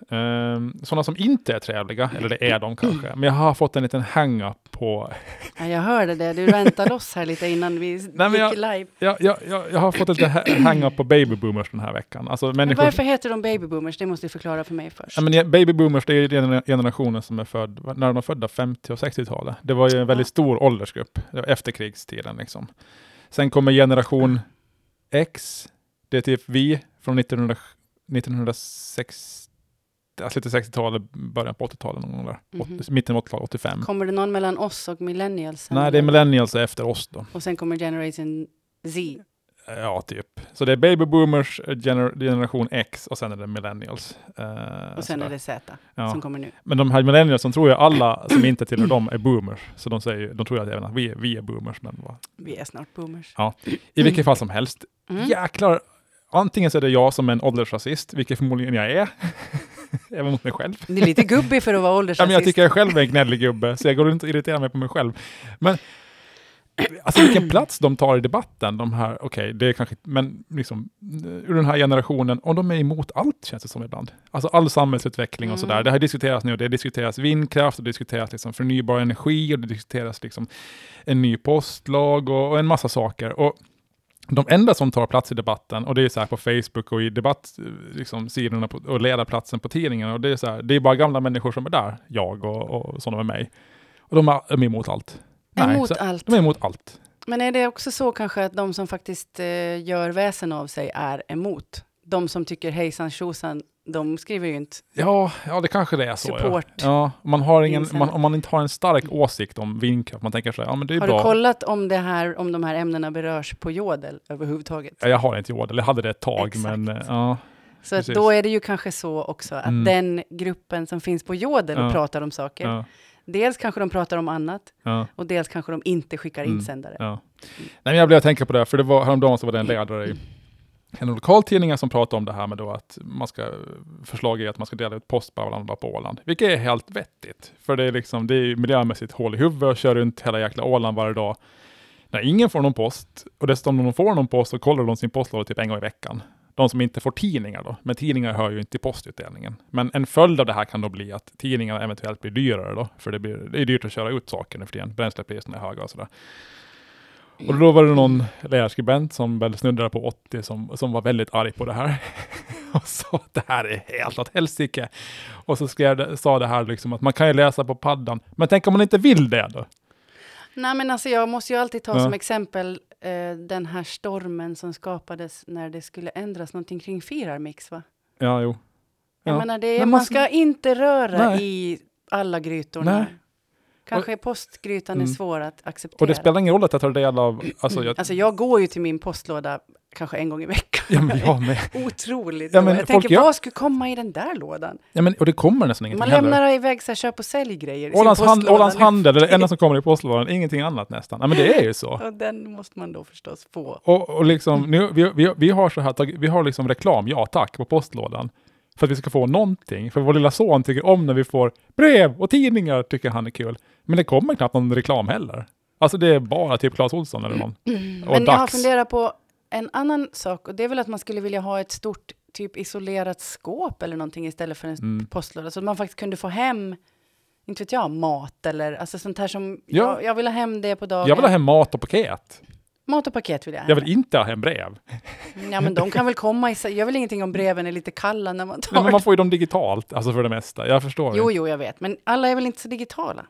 Speaker 1: Ehm, sådana som inte är trevliga, eller det är de kanske, men jag har fått en liten hang-up på...
Speaker 2: Ja, jag hörde det. Du rantade loss här lite innan vi
Speaker 1: men
Speaker 2: gick
Speaker 1: jag-
Speaker 2: live.
Speaker 1: Jag, jag, jag, jag har fått en liten ha- hang-up på baby boomers den här veckan. Alltså
Speaker 2: Men
Speaker 1: människor...
Speaker 2: varför heter de baby boomers? Det måste du förklara för mig först.
Speaker 1: Ja, men gen- baby boomers, det är ju den generationen som är född, när de är födda 50 och 60-talet. Det var ju en väldigt
Speaker 2: Ja.
Speaker 1: stor åldersgrupp, det var efterkrigstiden liksom. Sen kommer generation X, det är typ vi från 1900, 1960, alltså lite 60-talet, början på 80-talet någon gång där.
Speaker 2: Mhm.
Speaker 1: Åt- Mitten av 80-talet, 85.
Speaker 2: Kommer det någon mellan oss och millennials? sen?
Speaker 1: Mm. Nej, det är millennials efter oss då.
Speaker 2: Och sen kommer generation Z.
Speaker 1: Ja, typ. Så det är baby boomers, gener generation X och sen är det millennials. Eh,
Speaker 2: Och sen
Speaker 1: sådär.
Speaker 2: är det Z
Speaker 1: Ja.
Speaker 2: som kommer nu.
Speaker 1: Men de här millennials, de tror ju alla som inte tillhör dem är boomers. Så de, säger, ju- de tror ju att även att vi, vi är boomers. Men va?
Speaker 2: Vi är snart boomers.
Speaker 1: I vilket fall som helst,
Speaker 2: Mm.
Speaker 1: jäklar. Antingen så är det jag som är en åldersrasist, vilket förmodligen jag är. även mot mig själv.
Speaker 2: Det är lite gubbig för att vara
Speaker 1: Ja, men jag
Speaker 2: åldersrasist.
Speaker 1: tycker jag själv är en gnällig gubbe, så jag går runt och irriterar mig på mig själv. Men alltså vilken plats de tar i debatten, de här, okej, det är kanske, men liksom, eh, ur den här generationen, och de är emot allt känns det som ibland. Alltså all samhällsutveckling och sådär,
Speaker 2: Mm.
Speaker 1: det här diskuteras nu, och det diskuteras vindkraft, och det diskuteras liksom förnybar energi, och det diskuteras liksom en ny postlag och, och en massa saker. Och de enda som tar plats i debatten, och det är så här på Facebook och i debattsidorna liksom, sidorna på- och ledarplatsen på tidningen, och det är så här, det är bara gamla människor som är där, jag och, och sådana med mig. Och de är, de är emot allt.
Speaker 2: Emot
Speaker 1: så,
Speaker 2: allt.
Speaker 1: de är emot allt.
Speaker 2: Men är det också så kanske att de som faktiskt eh, gör väsen av sig är emot? De som tycker hejsan tjosan, de skriver ju inte
Speaker 1: Ja, ja, det kanske det är så. Ja.
Speaker 2: support.
Speaker 1: Ja, man har ingen,
Speaker 2: Vincent.
Speaker 1: man, om man inte har en stark åsikt om vindkraft, man tänker så här, ja men det är
Speaker 2: Har du
Speaker 1: bra.
Speaker 2: kollat om, det här, om de här ämnena berörs på jodel överhuvudtaget?
Speaker 1: Ja, jag har inte jodel, jag hade det ett tag,
Speaker 2: Exakt.
Speaker 1: men eh, ja.
Speaker 2: Så att
Speaker 1: precis.
Speaker 2: då är det ju kanske så också att
Speaker 1: Mm.
Speaker 2: den gruppen som finns på jodel och
Speaker 1: Ja.
Speaker 2: pratar om saker,
Speaker 1: ja.
Speaker 2: Dels kanske de pratar om annat
Speaker 1: Ja.
Speaker 2: och dels kanske de inte skickar
Speaker 1: Mm.
Speaker 2: insändare.
Speaker 1: Ja. Nej, men jag blev att tänka på det, här, för det var, häromdagen så var det en ledare i en av lokaltidningarna som pratade om det här med då att man ska, förslag är att man ska dela ut post på varandra på Åland, vilket är helt vettigt. För det är liksom, det är ju miljömässigt hål i huvudet och kör runt hela jäkla Åland varje dag. När ingen får någon post, och dessutom om de får någon post så kollar de sin postlåda typ en gång i veckan. De som inte får tidningar då, men tidningar hör ju inte till postutdelningen. Men en följd av det här kan då bli att tidningarna eventuellt blir dyrare då, för det, blir, det är dyrt att köra ut saker nu för tiden, bränslepriserna är höga och sådär. Och då var det någon ledarskribent som väl snuddade på 80 som, som var väldigt arg på det här. och sa att det här är helt åt helsike. Och så skrev, det- sa det här liksom att man kan ju läsa på paddan, men tänk om man inte vill det då?
Speaker 2: Nej, men alltså jag måste ju alltid ta
Speaker 1: Ja.
Speaker 2: som exempel eh, den här stormen som skapades när det skulle ändras någonting kring Firarmix, va?
Speaker 1: Ja, jo.
Speaker 2: Jag
Speaker 1: Ja.
Speaker 2: menar, det är,
Speaker 1: Men
Speaker 2: man,
Speaker 1: man ska-
Speaker 2: ska inte röra
Speaker 1: Nej.
Speaker 2: i alla grytorna.
Speaker 1: Nej.
Speaker 2: Kanske postgrytan är
Speaker 1: Mm. svår
Speaker 2: svår att acceptera.
Speaker 1: Och det spelar ingen roll att jag tar del av, alltså jag,
Speaker 2: Alltså jag går ju till min postlåda kanske en gång i veckan.
Speaker 1: ja, men jag med.
Speaker 2: Otroligt.
Speaker 1: Ja,
Speaker 2: då.
Speaker 1: men folk
Speaker 2: jag tänker,
Speaker 1: gör-
Speaker 2: vad skulle komma i den där lådan?
Speaker 1: Ja, men, och det kommer nästan ingenting
Speaker 2: Man
Speaker 1: heller.
Speaker 2: lämnar iväg så här, köp och sälj-grejer. i sin
Speaker 1: Ålands, hand,
Speaker 2: postlåda
Speaker 1: Ålands
Speaker 2: nu.
Speaker 1: handel är det enda som kommer i postlådan, ingenting annat nästan. Ja, men det är ju så.
Speaker 2: Och den måste man då förstås få.
Speaker 1: Och, och liksom, nu, vi, vi, vi har så här, tag- vi har liksom reklam, ja tack, på postlådan. För att vi ska få någonting. För vår lilla son tycker om när vi får brev och tidningar, tycker han är kul. Men det kommer knappt någon reklam heller. Alltså det är bara typ Clas Ohlson eller någon. Och
Speaker 2: Mm. Men jag har
Speaker 1: Dags.
Speaker 2: funderat på en annan sak och det är väl att man skulle vilja ha ett stort typ isolerat skåp eller någonting istället för en
Speaker 1: Mm.
Speaker 2: postlåda så att man faktiskt kunde få hem, inte vet jag, mat eller alltså sånt här som,
Speaker 1: Ja.
Speaker 2: jag, jag vill ha hem det på dagen.
Speaker 1: Jag vill ha hem mat och paket.
Speaker 2: Mat och paket vill jag.
Speaker 1: Jag vill inte ha hem brev.
Speaker 2: Ja men de kan väl komma i, jag vill ingenting om breven är lite kalla när man tar
Speaker 1: Men man
Speaker 2: dem.
Speaker 1: får ju dem digitalt, alltså för det mesta. Jag förstår.
Speaker 2: Jo,
Speaker 1: inte.
Speaker 2: jo, jag vet, men alla är väl inte så digitala?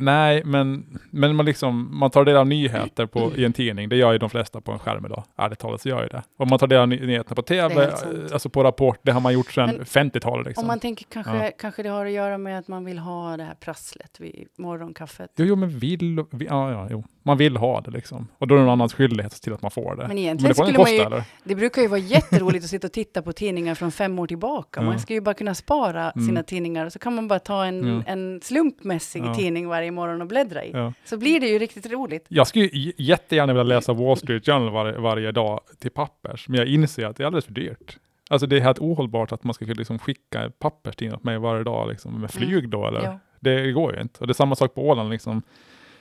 Speaker 1: Nej, men, men man, liksom, man tar del av nyheter på, i en tidning. Det gör ju de flesta på en skärm idag. Ärligt talat så gör ju det. Och man tar del av ny- nyheterna på
Speaker 2: Det är
Speaker 1: tv,
Speaker 2: helt sant.
Speaker 1: alltså på Rapport. Det har man gjort sedan
Speaker 2: Men
Speaker 1: 50-talet. Liksom.
Speaker 2: Om man tänker kanske,
Speaker 1: Ja.
Speaker 2: kanske det har att göra med att man vill ha det här prasslet vid morgonkaffet.
Speaker 1: Jo, jo, men vill... vi- Ja, ja, jo. Man vill ha det liksom. Och då är det någon annans skyldighet till att man får det.
Speaker 2: Men
Speaker 1: Men
Speaker 2: egentligen
Speaker 1: det får
Speaker 2: skulle
Speaker 1: inte
Speaker 2: man ju
Speaker 1: kosta, eller?
Speaker 2: Det brukar ju vara jätteroligt att sitta och titta på tidningar från fem år tillbaka. Man
Speaker 1: Ja.
Speaker 2: ska ju bara kunna spara
Speaker 1: Mm.
Speaker 2: sina tidningar och så kan man bara ta en,
Speaker 1: Ja.
Speaker 2: en slumpmässig
Speaker 1: Ja.
Speaker 2: tidning varje morgon och bläddra i.
Speaker 1: Ja.
Speaker 2: Så blir det ju riktigt roligt.
Speaker 1: Jag skulle ju j- jättegärna vilja läsa Wall Street Journal var, varje dag till pappers, men jag inser att det är alldeles för dyrt. Alltså det är helt ohållbart att man ska kunna liksom skicka papperstidningar åt mig varje dag liksom, med flyg då, eller?
Speaker 2: Mm. Ja.
Speaker 1: Det går ju inte. Och det är samma sak på Åland. Liksom.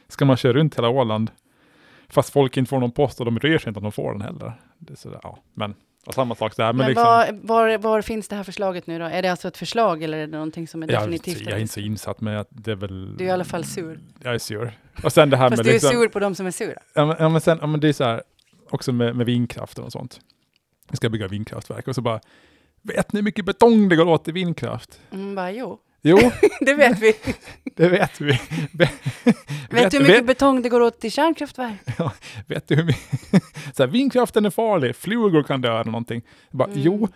Speaker 1: Ska man köra runt hela Åland fast folk inte får någon post och de bryr sig inte om de får den heller. Det är sådär, ja. Men och samma sak där. Men,
Speaker 2: Men,
Speaker 1: liksom,
Speaker 2: var, var, var finns det här förslaget nu då? Är det alltså ett förslag eller är det någonting som är
Speaker 1: jag,
Speaker 2: definitivt?
Speaker 1: jag är inte så insatt, men jag, det är väl...
Speaker 2: Du är i alla fall sur.
Speaker 1: Jag är sur. Och sen det här
Speaker 2: Fast
Speaker 1: med...
Speaker 2: du är
Speaker 1: liksom,
Speaker 2: sur på de som är sura.
Speaker 1: Ja, men, ja, men sen, ja, men det är så här, också med, med vindkraften och sånt. Vi ska bygga vindkraftverk och så bara, vet ni hur mycket betong det går åt i vindkraft?
Speaker 2: Mm, bara, jo,
Speaker 1: Jo,
Speaker 2: det vet vi.
Speaker 1: det vet vi. Vet,
Speaker 2: vet du hur mycket betong det går åt i kärnkraftverk?
Speaker 1: Vet du hur mycket? Så här, vindkraften är farlig, flugor kan dö eller någonting. Jag Bara,
Speaker 2: Mm.
Speaker 1: Jo,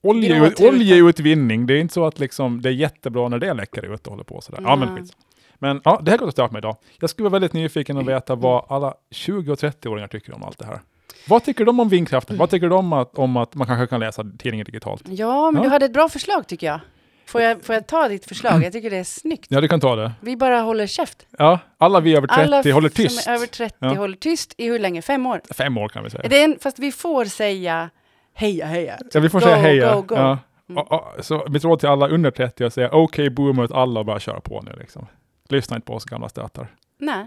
Speaker 1: olje,
Speaker 2: Gråtrutan.
Speaker 1: oljeutvinning, det är inte så att liksom, det är jättebra när det läcker ut och håller på och sådär. Ja, men
Speaker 2: Nej.
Speaker 1: skit. Men ja, det här går att starta med idag. Jag skulle vara väldigt nyfiken
Speaker 2: Mm.
Speaker 1: att veta vad alla 20 och 30-åringar tycker om allt det här. Vad tycker de om vindkraften? Vad tycker de om att, om att man kanske kan läsa tidningen digitalt?
Speaker 2: Ja, men
Speaker 1: Ja.
Speaker 2: du hade ett bra förslag tycker jag. Får jag, får jag ta ditt förslag? Jag tycker det är snyggt.
Speaker 1: Ja, du kan ta det.
Speaker 2: Vi bara håller käft.
Speaker 1: Ja, alla vi över 30
Speaker 2: Alla f-
Speaker 1: håller tyst.
Speaker 2: som är över 30
Speaker 1: Ja.
Speaker 2: håller tyst i hur länge? Fem år?
Speaker 1: Fem år kan vi säga.
Speaker 2: Är det en, fast vi får säga heja, heja.
Speaker 1: Ja, vi får
Speaker 2: Go,
Speaker 1: säga heja.
Speaker 2: go, go.
Speaker 1: Ja.
Speaker 2: Mm.
Speaker 1: Och- och- så mitt råd till alla under 30 är att säga okej boomer åt alla och bara köra på nu. Liksom. Lyssna inte på oss gamla stötar.
Speaker 2: Nej.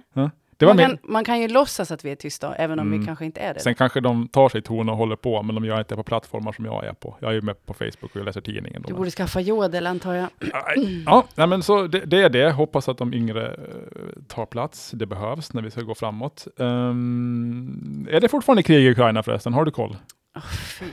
Speaker 1: Det var
Speaker 2: man,
Speaker 1: min.
Speaker 2: kan, man kan ju låtsas att vi är tysta, även om vi
Speaker 1: Mm.
Speaker 2: kanske inte är det.
Speaker 1: Sen kanske de tar sig ton och håller på, men de gör inte det på plattformar som jag är på. Jag är ju med på Facebook och jag läser tidningen. Då,
Speaker 2: du
Speaker 1: men-
Speaker 2: borde skaffa jodel, antar jag.
Speaker 1: Aj. Ja, nej, men så det, det är det. Hoppas att de yngre eh, tar plats. Det behövs när vi ska gå framåt. Ehm, är det fortfarande krig i Ukraina förresten? Har du koll?
Speaker 2: Åh, fy.